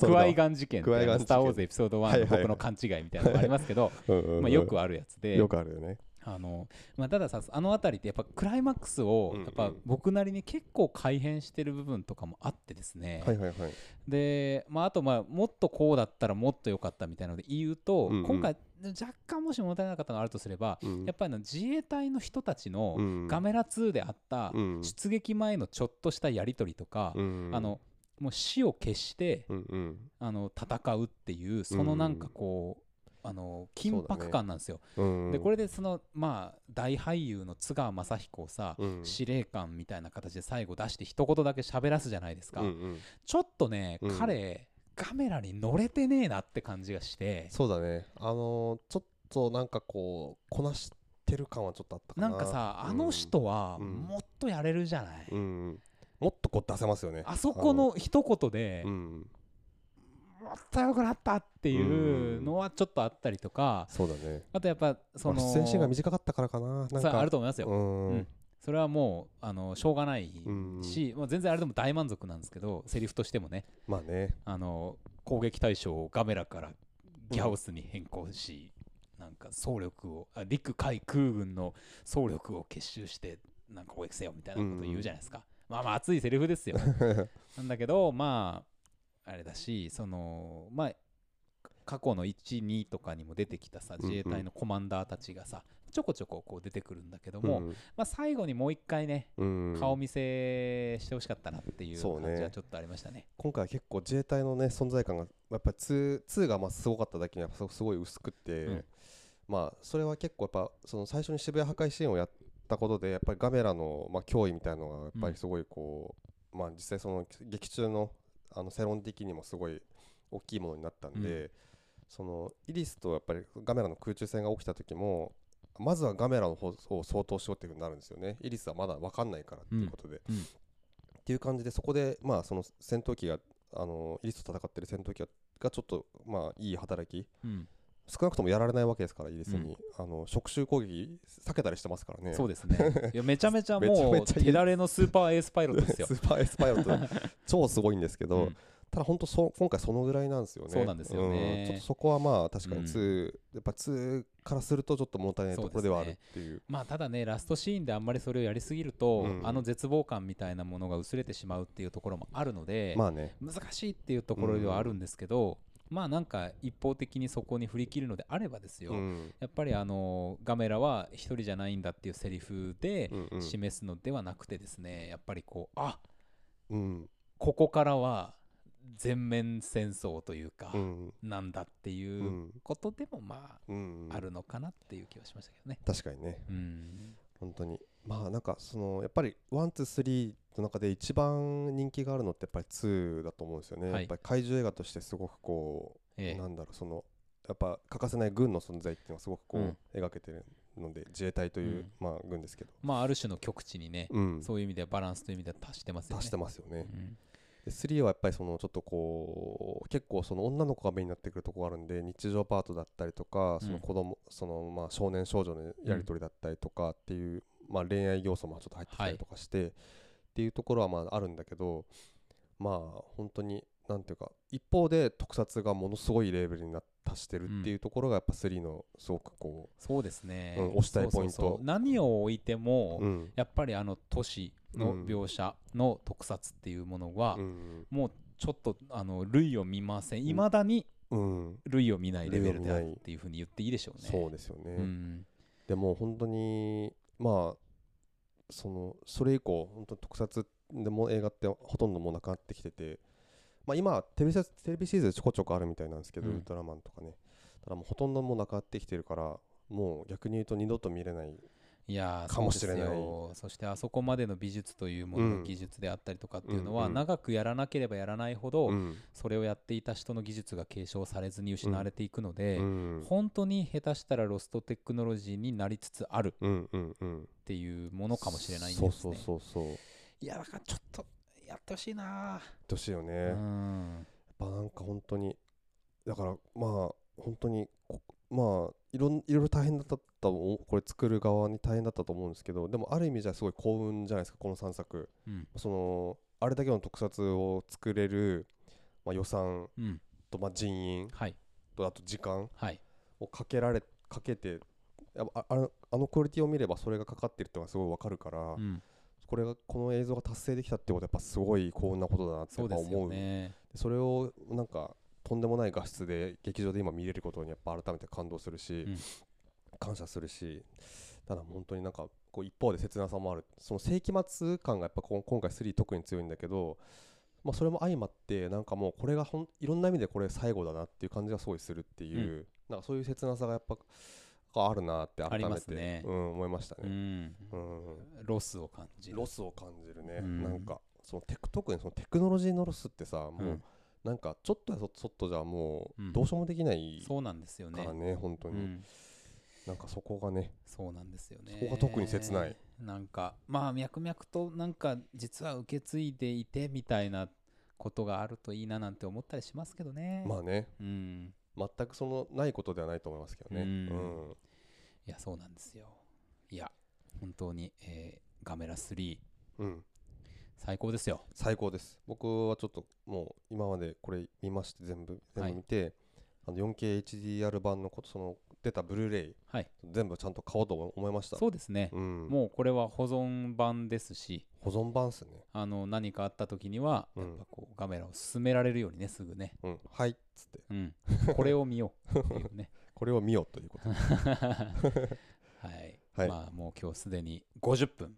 [SPEAKER 2] だ
[SPEAKER 1] クワイガン事件って
[SPEAKER 2] クワイガン
[SPEAKER 1] スター・ウォーズエピソード1の
[SPEAKER 2] はいはい
[SPEAKER 1] 僕の勘違いみたいなのがありますけど、
[SPEAKER 2] うんうんうん
[SPEAKER 1] まあ、よくあるやつで
[SPEAKER 2] よくあるよね
[SPEAKER 1] あの、まあ、たださあの辺りってやっぱクライマックスを
[SPEAKER 2] うんうん
[SPEAKER 1] やっぱ僕なりに結構改変してる部分とかもあってですね、
[SPEAKER 2] はいはいはい
[SPEAKER 1] で、まあ、あとまあもっとこうだったらもっと良かったみたいなので言うと、
[SPEAKER 2] うんうん
[SPEAKER 1] 今回若干もし物足りなかったのがあるとすれば、
[SPEAKER 2] うん
[SPEAKER 1] やっぱりあの自衛隊の人たちの
[SPEAKER 2] うん
[SPEAKER 1] ガメラ2であった
[SPEAKER 2] うん
[SPEAKER 1] 出撃前のちょっとしたやり取りとか、
[SPEAKER 2] うん
[SPEAKER 1] あのもう死を決して、
[SPEAKER 2] うんうん
[SPEAKER 1] あの戦うっていうそのなんかこう、あの緊
[SPEAKER 2] そうだ
[SPEAKER 1] 迫
[SPEAKER 2] ね
[SPEAKER 1] 感なんですよ。
[SPEAKER 2] うん
[SPEAKER 1] でこれでそのまあ大俳優の津川雅彦をさ、
[SPEAKER 2] うん
[SPEAKER 1] 司令官みたいな形で最後出して一言だけ喋らすじゃないですか、
[SPEAKER 2] うんうん
[SPEAKER 1] ちょっとね、
[SPEAKER 2] うん
[SPEAKER 1] 彼カメラに乗れてねえなって感じがして
[SPEAKER 2] そうだねあのーちょっとなんかこうこなしてる感はちょっとあったか
[SPEAKER 1] な
[SPEAKER 2] なん
[SPEAKER 1] かさ、
[SPEAKER 2] うん
[SPEAKER 1] あの人は
[SPEAKER 2] うん
[SPEAKER 1] もっとやれるじゃない、
[SPEAKER 2] うんうんもっとこう出せますよね
[SPEAKER 1] あそこの一言で、
[SPEAKER 2] あのうん
[SPEAKER 1] もっと良くなったっていうのはちょっとあったりとか、
[SPEAKER 2] そうだね
[SPEAKER 1] あとやっぱそ
[SPEAKER 2] ま
[SPEAKER 1] の
[SPEAKER 2] あ出演シーンが短かったからかななん
[SPEAKER 1] さ
[SPEAKER 2] か
[SPEAKER 1] あると思いますよ、
[SPEAKER 2] うん
[SPEAKER 1] うんそれはもうあのしょうがない
[SPEAKER 2] うん
[SPEAKER 1] し、まあ、全然あれでも大満足なんですけどセリフとしてもね
[SPEAKER 2] まあね
[SPEAKER 1] あの攻撃対象をガメラからギャオスに変更し、なんか総力をあ陸海空軍の総力を結集してなんか攻撃せよみたいなこと言うじゃないですか、まあまあ熱いセリフですよなんだけどまああれだしそのまあ過去の12とかにも出てきたさ
[SPEAKER 2] うんうん
[SPEAKER 1] 自衛隊のコマンダーたちがさ、ちょこちょここう出てくるんだけども、まあ、最後にもう一回ね
[SPEAKER 2] うんうん
[SPEAKER 1] 顔見せしてほしかったなっていう
[SPEAKER 2] そうね
[SPEAKER 1] 感じはちょっとありましたね。
[SPEAKER 2] 今回は結構自衛隊のね存在感がやっぱり 2, 2がまあすごかっただけにやっぱすごい薄くて、
[SPEAKER 1] うん
[SPEAKER 2] まあそれは結構やっぱその最初に渋谷破壊シーンをやったことでやっぱりガメラのまあ脅威みたいなのがやっぱりすごいこう、まあ実際その劇中のあの世論的にもすごい大きいものになったんで、そのイリスとやっぱりガメラの空中戦が起きた時もまずはガメラの方を相当しようっていうふうになるんですよねイリスはまだ分かんないからっていうことで、
[SPEAKER 1] うんうん
[SPEAKER 2] っていう感じでそこでまあその戦闘機があのイリスと戦ってる戦闘機ががちょっとまあいい働き
[SPEAKER 1] うん
[SPEAKER 2] 少なくともやられないわけですからイリス
[SPEAKER 1] うん
[SPEAKER 2] に、あの触手攻撃避けたりしてますからね
[SPEAKER 1] そうですね。いや めちゃめちゃ
[SPEAKER 2] めちゃ
[SPEAKER 1] も
[SPEAKER 2] め
[SPEAKER 1] う
[SPEAKER 2] ちゃいい
[SPEAKER 1] 手だれのスーパーエースパイロットですよ
[SPEAKER 2] ス。ーパーエスパイロット超すごいんですけど、
[SPEAKER 1] うん
[SPEAKER 2] ただ本当そ今回そのぐらいなんですよね。
[SPEAKER 1] そうなんですよね
[SPEAKER 2] うんちょっとそこはまあ確か
[SPEAKER 1] うん
[SPEAKER 2] に2、やっぱ2からするとちょっと物足りない
[SPEAKER 1] そう
[SPEAKER 2] と
[SPEAKER 1] ですね
[SPEAKER 2] ころではあるっていう。
[SPEAKER 1] まあただねラストシーンであんまりそれをやりすぎると、
[SPEAKER 2] うん
[SPEAKER 1] あの絶望感みたいなものが薄れてしまうっていうところもあるので、
[SPEAKER 2] まあね。
[SPEAKER 1] 難しいっていうところではあるんですけど、まあなんか一方的にそこに振り切るのであればですよ、
[SPEAKER 2] うん
[SPEAKER 1] やっぱりあのガメラは一人じゃないんだっていうセリフで
[SPEAKER 2] うんうん
[SPEAKER 1] 示すのではなくてですね、やっぱりこうあ
[SPEAKER 2] うん
[SPEAKER 1] ここからは全面戦争というか、
[SPEAKER 2] うん
[SPEAKER 1] なんだっていううんことでもまあ
[SPEAKER 2] うん
[SPEAKER 1] あるのかなっていう気はしましたけどね。
[SPEAKER 2] 確かにね
[SPEAKER 1] うん、
[SPEAKER 2] 本当にまあなんかそのやっぱりワンツースリーの中で一番人気があるのってやっぱり2だと思うんですよね、
[SPEAKER 1] はい
[SPEAKER 2] やっぱり怪獣映画としてすごくこう、
[SPEAKER 1] ええ
[SPEAKER 2] なんだろうそのやっぱ欠かせない軍の存在っていうのはすごくこ
[SPEAKER 1] うん
[SPEAKER 2] う描けてるので、自衛隊という、
[SPEAKER 1] うん
[SPEAKER 2] まあ軍ですけど、
[SPEAKER 1] まあある種の極地にね、
[SPEAKER 2] うん、
[SPEAKER 1] そういう意味ではバランスという意味では達してますよね。
[SPEAKER 2] 足してますよね、
[SPEAKER 1] うん
[SPEAKER 2] で3はやっぱりそのちょっとこう結構その女の子が目になってくるところがあるんで日常パートだったりとか
[SPEAKER 1] うん
[SPEAKER 2] その子供、そのまあ少年少女のやり取りだったりとかっていう、まあ恋愛要素もちょっと入ってきたりとかして、っていうところはまああるんだけどまあ本当になんていうか一方で特撮がものすごいレベルにな達してるっていうところがやっぱ3のすごくこ
[SPEAKER 1] そうですね、
[SPEAKER 2] うん推したい
[SPEAKER 1] そうそうそう
[SPEAKER 2] ポイント
[SPEAKER 1] 何を置いて
[SPEAKER 2] う、
[SPEAKER 1] も、
[SPEAKER 2] うん
[SPEAKER 1] やっぱりあの都市の描写の特撮っていうものは、
[SPEAKER 2] うん
[SPEAKER 1] もうちょっとあの類を見ません。いまだに
[SPEAKER 2] うん
[SPEAKER 1] 類を見ないレベルであ
[SPEAKER 2] 類を見
[SPEAKER 1] る
[SPEAKER 2] ない
[SPEAKER 1] っていうふうに言っていいでしょうね。
[SPEAKER 2] そうですよね。
[SPEAKER 1] うん
[SPEAKER 2] でも本当にまあそのそれ以降本当に特撮でも映画ってほとんどもうなくなってきててまあ今はテレビシテレビシリーズちょこちょこあるみたいなんですけど、
[SPEAKER 1] うん
[SPEAKER 2] ウルトラマンとかねただもうほとんどもうなくなってきてるからもう逆に言うと二度と見れない
[SPEAKER 1] いやー
[SPEAKER 2] かもしれな
[SPEAKER 1] そ
[SPEAKER 2] い
[SPEAKER 1] うですよそしてあそこまでの美術というもの
[SPEAKER 2] う
[SPEAKER 1] の
[SPEAKER 2] ん
[SPEAKER 1] 技術であったりとかっていうのは、
[SPEAKER 2] うんうん
[SPEAKER 1] 長くやらなければやらないほど、
[SPEAKER 2] うん
[SPEAKER 1] それをやっていた人の技術が継承されずに失われていくので、
[SPEAKER 2] うん
[SPEAKER 1] 本当に下手したらロストテクノロジーになりつつあるっ
[SPEAKER 2] うんうんうん
[SPEAKER 1] ていうものかもしれないんです
[SPEAKER 2] そ
[SPEAKER 1] ね。
[SPEAKER 2] うそうそうそう言っ
[SPEAKER 1] いやだからちょっとやってほしいな
[SPEAKER 2] てほしいよね、
[SPEAKER 1] ー、
[SPEAKER 2] やっぱなんか本当にだからまあ本当にこまあいろんいろいろ大変だったと思うこれ作る側に大変だったと思うんですけどでもある意味じゃすごい幸運じゃないですかこの3作
[SPEAKER 1] うん
[SPEAKER 2] そのあれだけの特撮を作れる、まあ、予算
[SPEAKER 1] うん
[SPEAKER 2] と、まあ、人員
[SPEAKER 1] はい
[SPEAKER 2] とあと時間
[SPEAKER 1] はい
[SPEAKER 2] をかけられかけてやっぱああのあのクオリティを見ればそれがかかってるってのがすごいわかるから、
[SPEAKER 1] うん
[SPEAKER 2] これがこの映像が達成できたってことはやっぱすごい幸運なことだなって
[SPEAKER 1] そ
[SPEAKER 2] やっ
[SPEAKER 1] う
[SPEAKER 2] ぱ
[SPEAKER 1] です
[SPEAKER 2] 思
[SPEAKER 1] よ
[SPEAKER 2] う
[SPEAKER 1] ね
[SPEAKER 2] それをなんかとんでもない画質で劇場で今見れることにやっぱ改めて感動するし、
[SPEAKER 1] うん
[SPEAKER 2] 感謝するしただ本当になんかこう一方で切なさもあるその世紀末感がやっぱこん今回3特に強いんだけど、まあ、それも相まってなんかもうこれがほんいろんな意味でこれ最後だなっていう感じがすごいするっていう、なんかそういう切なさがやっぱあるなって
[SPEAKER 1] あ
[SPEAKER 2] 改
[SPEAKER 1] りま
[SPEAKER 2] め
[SPEAKER 1] す
[SPEAKER 2] て、
[SPEAKER 1] ね
[SPEAKER 2] うん、思いました
[SPEAKER 1] う
[SPEAKER 2] ね。
[SPEAKER 1] ん
[SPEAKER 2] うん
[SPEAKER 1] ロスを感じる
[SPEAKER 2] ロスを感じるね、
[SPEAKER 1] うん
[SPEAKER 2] なんかそのテク特にそのテクノロジーのロスってさもう、
[SPEAKER 1] うん
[SPEAKER 2] なんかちょっとやそそっとじゃも
[SPEAKER 1] うん
[SPEAKER 2] うどうしようもできない
[SPEAKER 1] そうなんですよね
[SPEAKER 2] からね、本当
[SPEAKER 1] う
[SPEAKER 2] に、
[SPEAKER 1] ん
[SPEAKER 2] なんかそこがね
[SPEAKER 1] そうなんですよね
[SPEAKER 2] そこが特に切ない
[SPEAKER 1] なんかまあ脈々となんか実は受け継いでいてみたいなことがあるといいななんて思ったりしますけどね
[SPEAKER 2] まあね
[SPEAKER 1] うん
[SPEAKER 2] 全くそのないことではないと思いますけどね、
[SPEAKER 1] う
[SPEAKER 2] うんん
[SPEAKER 1] いやそうなんですよいや本当に、えーガメラ3
[SPEAKER 2] うん
[SPEAKER 1] 最高ですよ
[SPEAKER 2] 最高です僕はちょっともう今までこれ見まして全部全
[SPEAKER 1] はい
[SPEAKER 2] 部見て、あの 4KHDR 版のことその出たブルーレイ
[SPEAKER 1] はい
[SPEAKER 2] 全部ちゃんと買おうと思いました
[SPEAKER 1] そうですね、
[SPEAKER 2] ん、
[SPEAKER 1] もうこれは保存版ですし
[SPEAKER 2] 保存版っすね
[SPEAKER 1] あの何かあった時には
[SPEAKER 2] う
[SPEAKER 1] や
[SPEAKER 2] ん
[SPEAKER 1] っぱこうガメラを進められるようにねすぐね、
[SPEAKER 2] うんはいっつって
[SPEAKER 1] うん、これを見ようっていうね
[SPEAKER 2] これを見ようというこ と
[SPEAKER 1] はい、
[SPEAKER 2] はい
[SPEAKER 1] まあもう今日すでに50分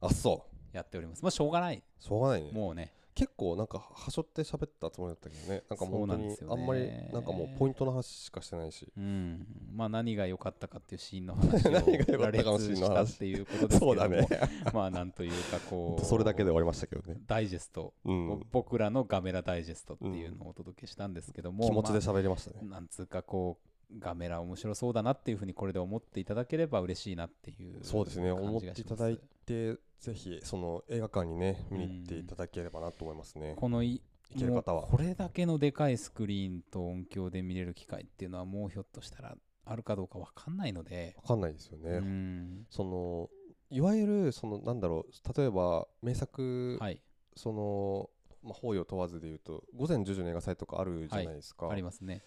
[SPEAKER 2] あそう
[SPEAKER 1] やっておりますまあしょうがない、
[SPEAKER 2] しょうがないね
[SPEAKER 1] もうね
[SPEAKER 2] 結構なんかはしょって喋ったつもりだったけどねなんかもう
[SPEAKER 1] そうな
[SPEAKER 2] 本当
[SPEAKER 1] んで
[SPEAKER 2] に
[SPEAKER 1] すよね
[SPEAKER 2] あんまりなんかもうポイントの話しかしてないし
[SPEAKER 1] うんまあ何が良かったかっていうシーンの話を
[SPEAKER 2] 何が良かったかのシーンの話
[SPEAKER 1] 羅列したっていうことですけど もまあなんというか
[SPEAKER 2] ほ
[SPEAKER 1] こ
[SPEAKER 2] んと
[SPEAKER 1] う
[SPEAKER 2] それだけで終わりましたけどね、
[SPEAKER 1] ダイジェスト、
[SPEAKER 2] うん、
[SPEAKER 1] 僕らのガメラダイジェストっていうのをお届けしたんですけども、
[SPEAKER 2] 気持ちで
[SPEAKER 1] ま
[SPEAKER 2] 喋りましたね
[SPEAKER 1] あ、なんつうかこうガメラ面白そうだなっていうふうにこれで思っていただければ嬉しいなっていう
[SPEAKER 2] そうですね
[SPEAKER 1] 感
[SPEAKER 2] 思
[SPEAKER 1] じ
[SPEAKER 2] って
[SPEAKER 1] がします
[SPEAKER 2] いただいてぜひその映画館にね見に行っていただければなと思いますね、
[SPEAKER 1] このい
[SPEAKER 2] 行ける方は
[SPEAKER 1] もうこれだけのでかいスクリーンと音響で見れる機会っていうのはもうひょっとしたらあるかどうかわかんないので、
[SPEAKER 2] わかんないですよね、
[SPEAKER 1] うん
[SPEAKER 2] そのいわゆるそのなんだろう例えば名作、
[SPEAKER 1] はい
[SPEAKER 2] そのまあ、法要問わずでいうと午前10時の映画祭とかあるじゃないですか、
[SPEAKER 1] ありますね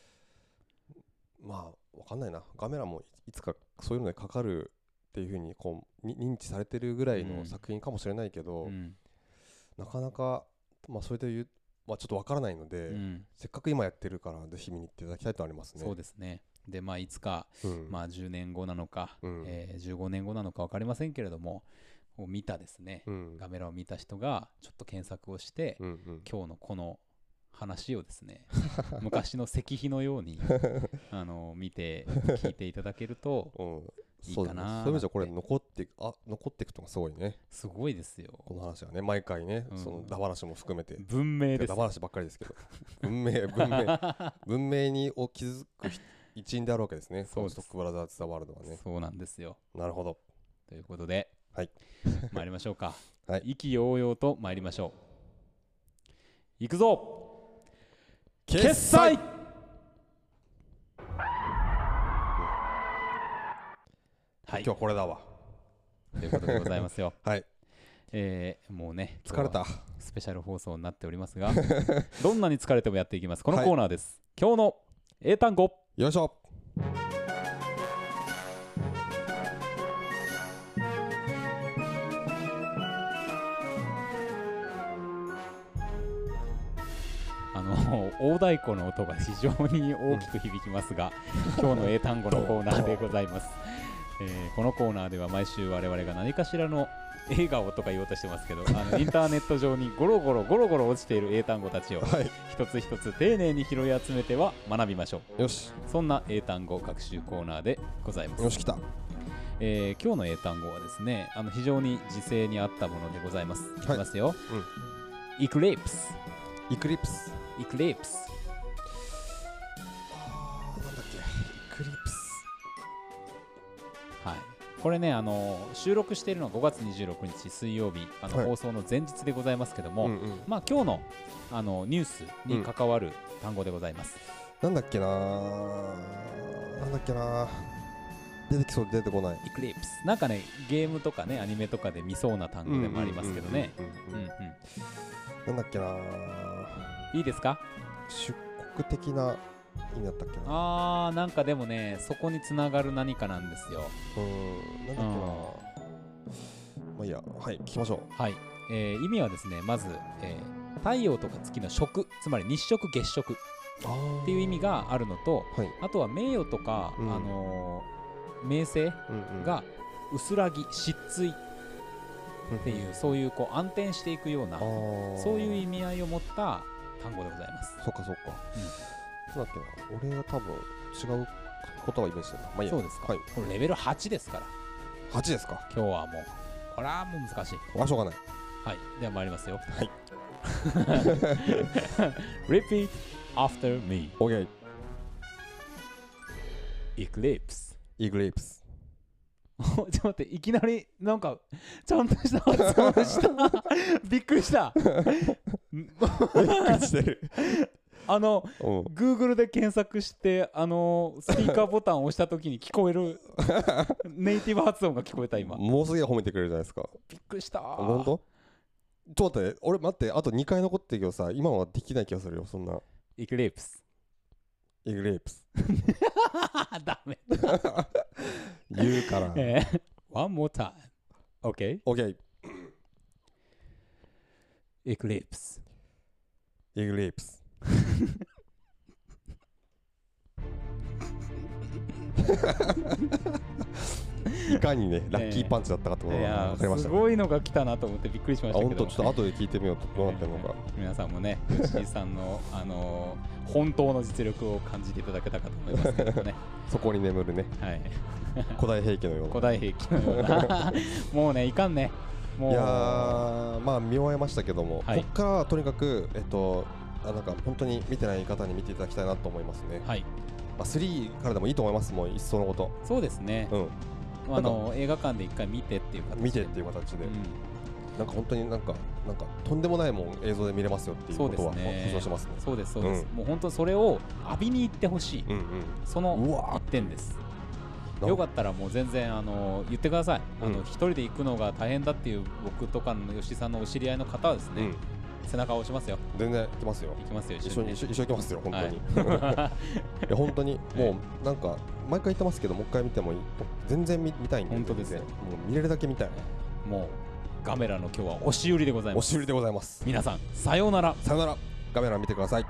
[SPEAKER 2] まあわかんないなガメラもいいつかそういうのにかかるっていうふうにこうに認知されてるぐらい
[SPEAKER 1] うん
[SPEAKER 2] の作品かもしれないけど、
[SPEAKER 1] うん
[SPEAKER 2] なかなか、まあ、それで言う、まあ、ちょっとわからないので、
[SPEAKER 1] うん
[SPEAKER 2] せっかく今やってるからぜひ見に行っていただきたいとありますね。
[SPEAKER 1] そうですねでまあいつか、
[SPEAKER 2] うん
[SPEAKER 1] まあ、10年後なのか、
[SPEAKER 2] うん
[SPEAKER 1] えー15年後なのかわかりませんけれどもを見たですね、
[SPEAKER 2] うん
[SPEAKER 1] ガメラを見た人がちょっと検索をして、
[SPEAKER 2] うんうん
[SPEAKER 1] 今日のこの話をです ね昔の石碑のようにあの見て聞いていただけると
[SPEAKER 2] うん
[SPEAKER 1] いい
[SPEAKER 2] そう
[SPEAKER 1] か
[SPEAKER 2] だね
[SPEAKER 1] なー
[SPEAKER 2] そういう意味
[SPEAKER 1] なん
[SPEAKER 2] じゃ
[SPEAKER 1] て
[SPEAKER 2] これ残ってあ残っていくとがすごいね
[SPEAKER 1] すごいですよ
[SPEAKER 2] この話はね毎回ね、
[SPEAKER 1] うん
[SPEAKER 2] そのダバなしも含めて
[SPEAKER 1] 文明です
[SPEAKER 2] ダバなしばっかりですけど文明文明 文明にを築くひ一員であるわけですね
[SPEAKER 1] そうです
[SPEAKER 2] このストックブラザーズ・ザ・ワールドはね
[SPEAKER 1] そうなんですよ
[SPEAKER 2] なるほど
[SPEAKER 1] ということで、
[SPEAKER 2] はい、
[SPEAKER 1] 参りましょうか、
[SPEAKER 2] はい
[SPEAKER 1] 意気揚々と参りましょういくぞ
[SPEAKER 2] 決済
[SPEAKER 1] はい
[SPEAKER 2] 今日はこれだわ
[SPEAKER 1] ということでござい ますよ
[SPEAKER 2] はい
[SPEAKER 1] えー、もうね
[SPEAKER 2] 疲れ
[SPEAKER 1] 今日は
[SPEAKER 2] た
[SPEAKER 1] スペシャル放送になっておりますがどんなに疲れてもやっていきますこのコーナーです、今日の英単語
[SPEAKER 2] よいしょ
[SPEAKER 1] あの 大太鼓の音が非常に大きく響きますが、今日の英単語のコーナーでございます、えーこのコーナーでは毎週我々が何かしらの映画をとか言おうとしてますけどあのインターネット上にゴロゴロゴロゴロ落ちている英単語たちを
[SPEAKER 2] は
[SPEAKER 1] 一つ一つ丁寧に拾い集めては学びましょう
[SPEAKER 2] いよし
[SPEAKER 1] そんな英単語学習コーナーでございます
[SPEAKER 2] よし来た
[SPEAKER 1] えー今日の英単語はですねあの非常に時勢に合ったものでございます、い、きますよ、イクレープス
[SPEAKER 2] イクリプス
[SPEAKER 1] イクレープス
[SPEAKER 2] あーなんだっけイクリプス
[SPEAKER 1] はい、これねあの収録しているのは5月26日水曜日あの、
[SPEAKER 2] はい
[SPEAKER 1] 放送の前日でございますけども、
[SPEAKER 2] うんうん
[SPEAKER 1] まあ、今日のあのニュースに関わる単語でございます、
[SPEAKER 2] なんだっけなーなんだっけな出てきそうで出てこない
[SPEAKER 1] エクリプスなんかねゲームとかねアニメとかで見そうな単語でもありますけどね
[SPEAKER 2] うん
[SPEAKER 1] う
[SPEAKER 2] う
[SPEAKER 1] ん
[SPEAKER 2] んうん
[SPEAKER 1] う
[SPEAKER 2] うんんなんだっけな
[SPEAKER 1] うんいいですか
[SPEAKER 2] 出国的な意味だったっけな
[SPEAKER 1] あーなんかでもねそこにつながる何かなんですよ
[SPEAKER 2] うんなんだっけなまあいいやはい聞きましょう
[SPEAKER 1] はい、えー意味はですねまず、えー太陽とか月の食つまり日食月食っ
[SPEAKER 2] あー
[SPEAKER 1] ていう意味があるのと
[SPEAKER 2] はい
[SPEAKER 1] あとは名誉とか、
[SPEAKER 2] うん
[SPEAKER 1] あのー名声
[SPEAKER 2] うんうん
[SPEAKER 1] が薄らぎ失墜っ
[SPEAKER 2] って
[SPEAKER 1] いうそういうこう暗転していくようなそういう意
[SPEAKER 2] 味
[SPEAKER 1] 味合いを持った単語でございます。
[SPEAKER 2] そっかそっか、なんだっけな俺が多分違うことはイメージしてたまあいいや
[SPEAKER 1] そうですか
[SPEAKER 2] はい
[SPEAKER 1] これレベル8ですから
[SPEAKER 2] 8ですか
[SPEAKER 1] 今日はもうこれはもう難しい。
[SPEAKER 2] あしょうがない
[SPEAKER 1] はい、では参りますよ。
[SPEAKER 2] はい
[SPEAKER 1] Repeat after me.
[SPEAKER 2] OK
[SPEAKER 1] Eclipse.
[SPEAKER 2] イグレープス
[SPEAKER 1] ちょっと待って、いきなりなんかちゃんとした発音 した。びっくりした。
[SPEAKER 2] びっくりしてる
[SPEAKER 1] あの、
[SPEAKER 2] うん
[SPEAKER 1] Google で検索して、あの、スピーカーボタンを押したときに聞こえる ネイティブ発音が聞こえた、今。
[SPEAKER 2] もうすげえ褒めてくれるじゃないですか
[SPEAKER 1] びっくりした。
[SPEAKER 2] 本当ちょっと待って俺待ってあと2回残ってるけどさ今はできない気がするよそんな
[SPEAKER 1] イクレープ ス。
[SPEAKER 2] イグレープス
[SPEAKER 1] ダメ。
[SPEAKER 2] 言うから
[SPEAKER 1] えー One more time. Okay.
[SPEAKER 2] OK
[SPEAKER 1] イクレープス。
[SPEAKER 2] イグレー プスいかにねラッキーパンチだったかっ
[SPEAKER 1] い
[SPEAKER 2] てことが
[SPEAKER 1] や
[SPEAKER 2] 分かりま
[SPEAKER 1] ー
[SPEAKER 2] し
[SPEAKER 1] す
[SPEAKER 2] たね
[SPEAKER 1] ごいのが来たなと思ってびっくりしま
[SPEAKER 2] あ
[SPEAKER 1] したけ
[SPEAKER 2] 本
[SPEAKER 1] ど
[SPEAKER 2] 当
[SPEAKER 1] も
[SPEAKER 2] ちょっと後で聞いてみようとどうなってるのか
[SPEAKER 1] 皆さんもね、吉井さんの、あのー本当の実力を感じていただけたかと思いますけ どね、
[SPEAKER 2] そこに眠るね
[SPEAKER 1] はい、
[SPEAKER 2] 古代兵器のような
[SPEAKER 1] 古代兵器のよう な、もうね、いかんね、もう、
[SPEAKER 2] いやーまあ見終えましたけども、
[SPEAKER 1] はい
[SPEAKER 2] こっからはとにかくえっとあなんか本当に見てない方に見ていただきたいなと思いますね、
[SPEAKER 1] はい、
[SPEAKER 2] まあ、3からでもいいと思いますもう一層のこと
[SPEAKER 1] そうですね、
[SPEAKER 2] う
[SPEAKER 1] あのー映画館で一回見てっていう形
[SPEAKER 2] ん
[SPEAKER 1] で
[SPEAKER 2] 見てっていう形で、
[SPEAKER 1] う
[SPEAKER 2] なんか本当になんかなんかとんでもないもん映像で見れますよって
[SPEAKER 1] ん
[SPEAKER 2] いう
[SPEAKER 1] そう
[SPEAKER 2] こ
[SPEAKER 1] で
[SPEAKER 2] と
[SPEAKER 1] す
[SPEAKER 2] は
[SPEAKER 1] ね、
[SPEAKER 2] 保証しますね
[SPEAKER 1] そうです、そうです、
[SPEAKER 2] う
[SPEAKER 1] もう本当、それを浴びに行ってほしい、
[SPEAKER 2] うん
[SPEAKER 1] そ
[SPEAKER 2] うん
[SPEAKER 1] の
[SPEAKER 2] うわ
[SPEAKER 1] 一点です。
[SPEAKER 2] ー
[SPEAKER 1] よかったらもう全然あの言ってください、あ
[SPEAKER 2] う
[SPEAKER 1] の
[SPEAKER 2] ん
[SPEAKER 1] 一人で行くのが大変だっていう僕とかの吉井さんのお知り合いの方はです
[SPEAKER 2] う
[SPEAKER 1] ね、
[SPEAKER 2] ん
[SPEAKER 1] 背中を押しますよ
[SPEAKER 2] 全然行きますよ
[SPEAKER 1] 行きますよ
[SPEAKER 2] 一緒に
[SPEAKER 1] ね
[SPEAKER 2] 一緒一緒行きますよ本当に、、
[SPEAKER 1] はい
[SPEAKER 2] や本当にもうなんか毎回言ってますけどもう一回見てもいい全然見見たいんで
[SPEAKER 1] 本当です
[SPEAKER 2] ね
[SPEAKER 1] よ
[SPEAKER 2] もう見れるだけ見たい
[SPEAKER 1] い もうガメラの今日は押し売りでございま
[SPEAKER 2] 押
[SPEAKER 1] す
[SPEAKER 2] し売りでございます
[SPEAKER 1] 皆さんさようなら
[SPEAKER 2] さよならガメラ見てください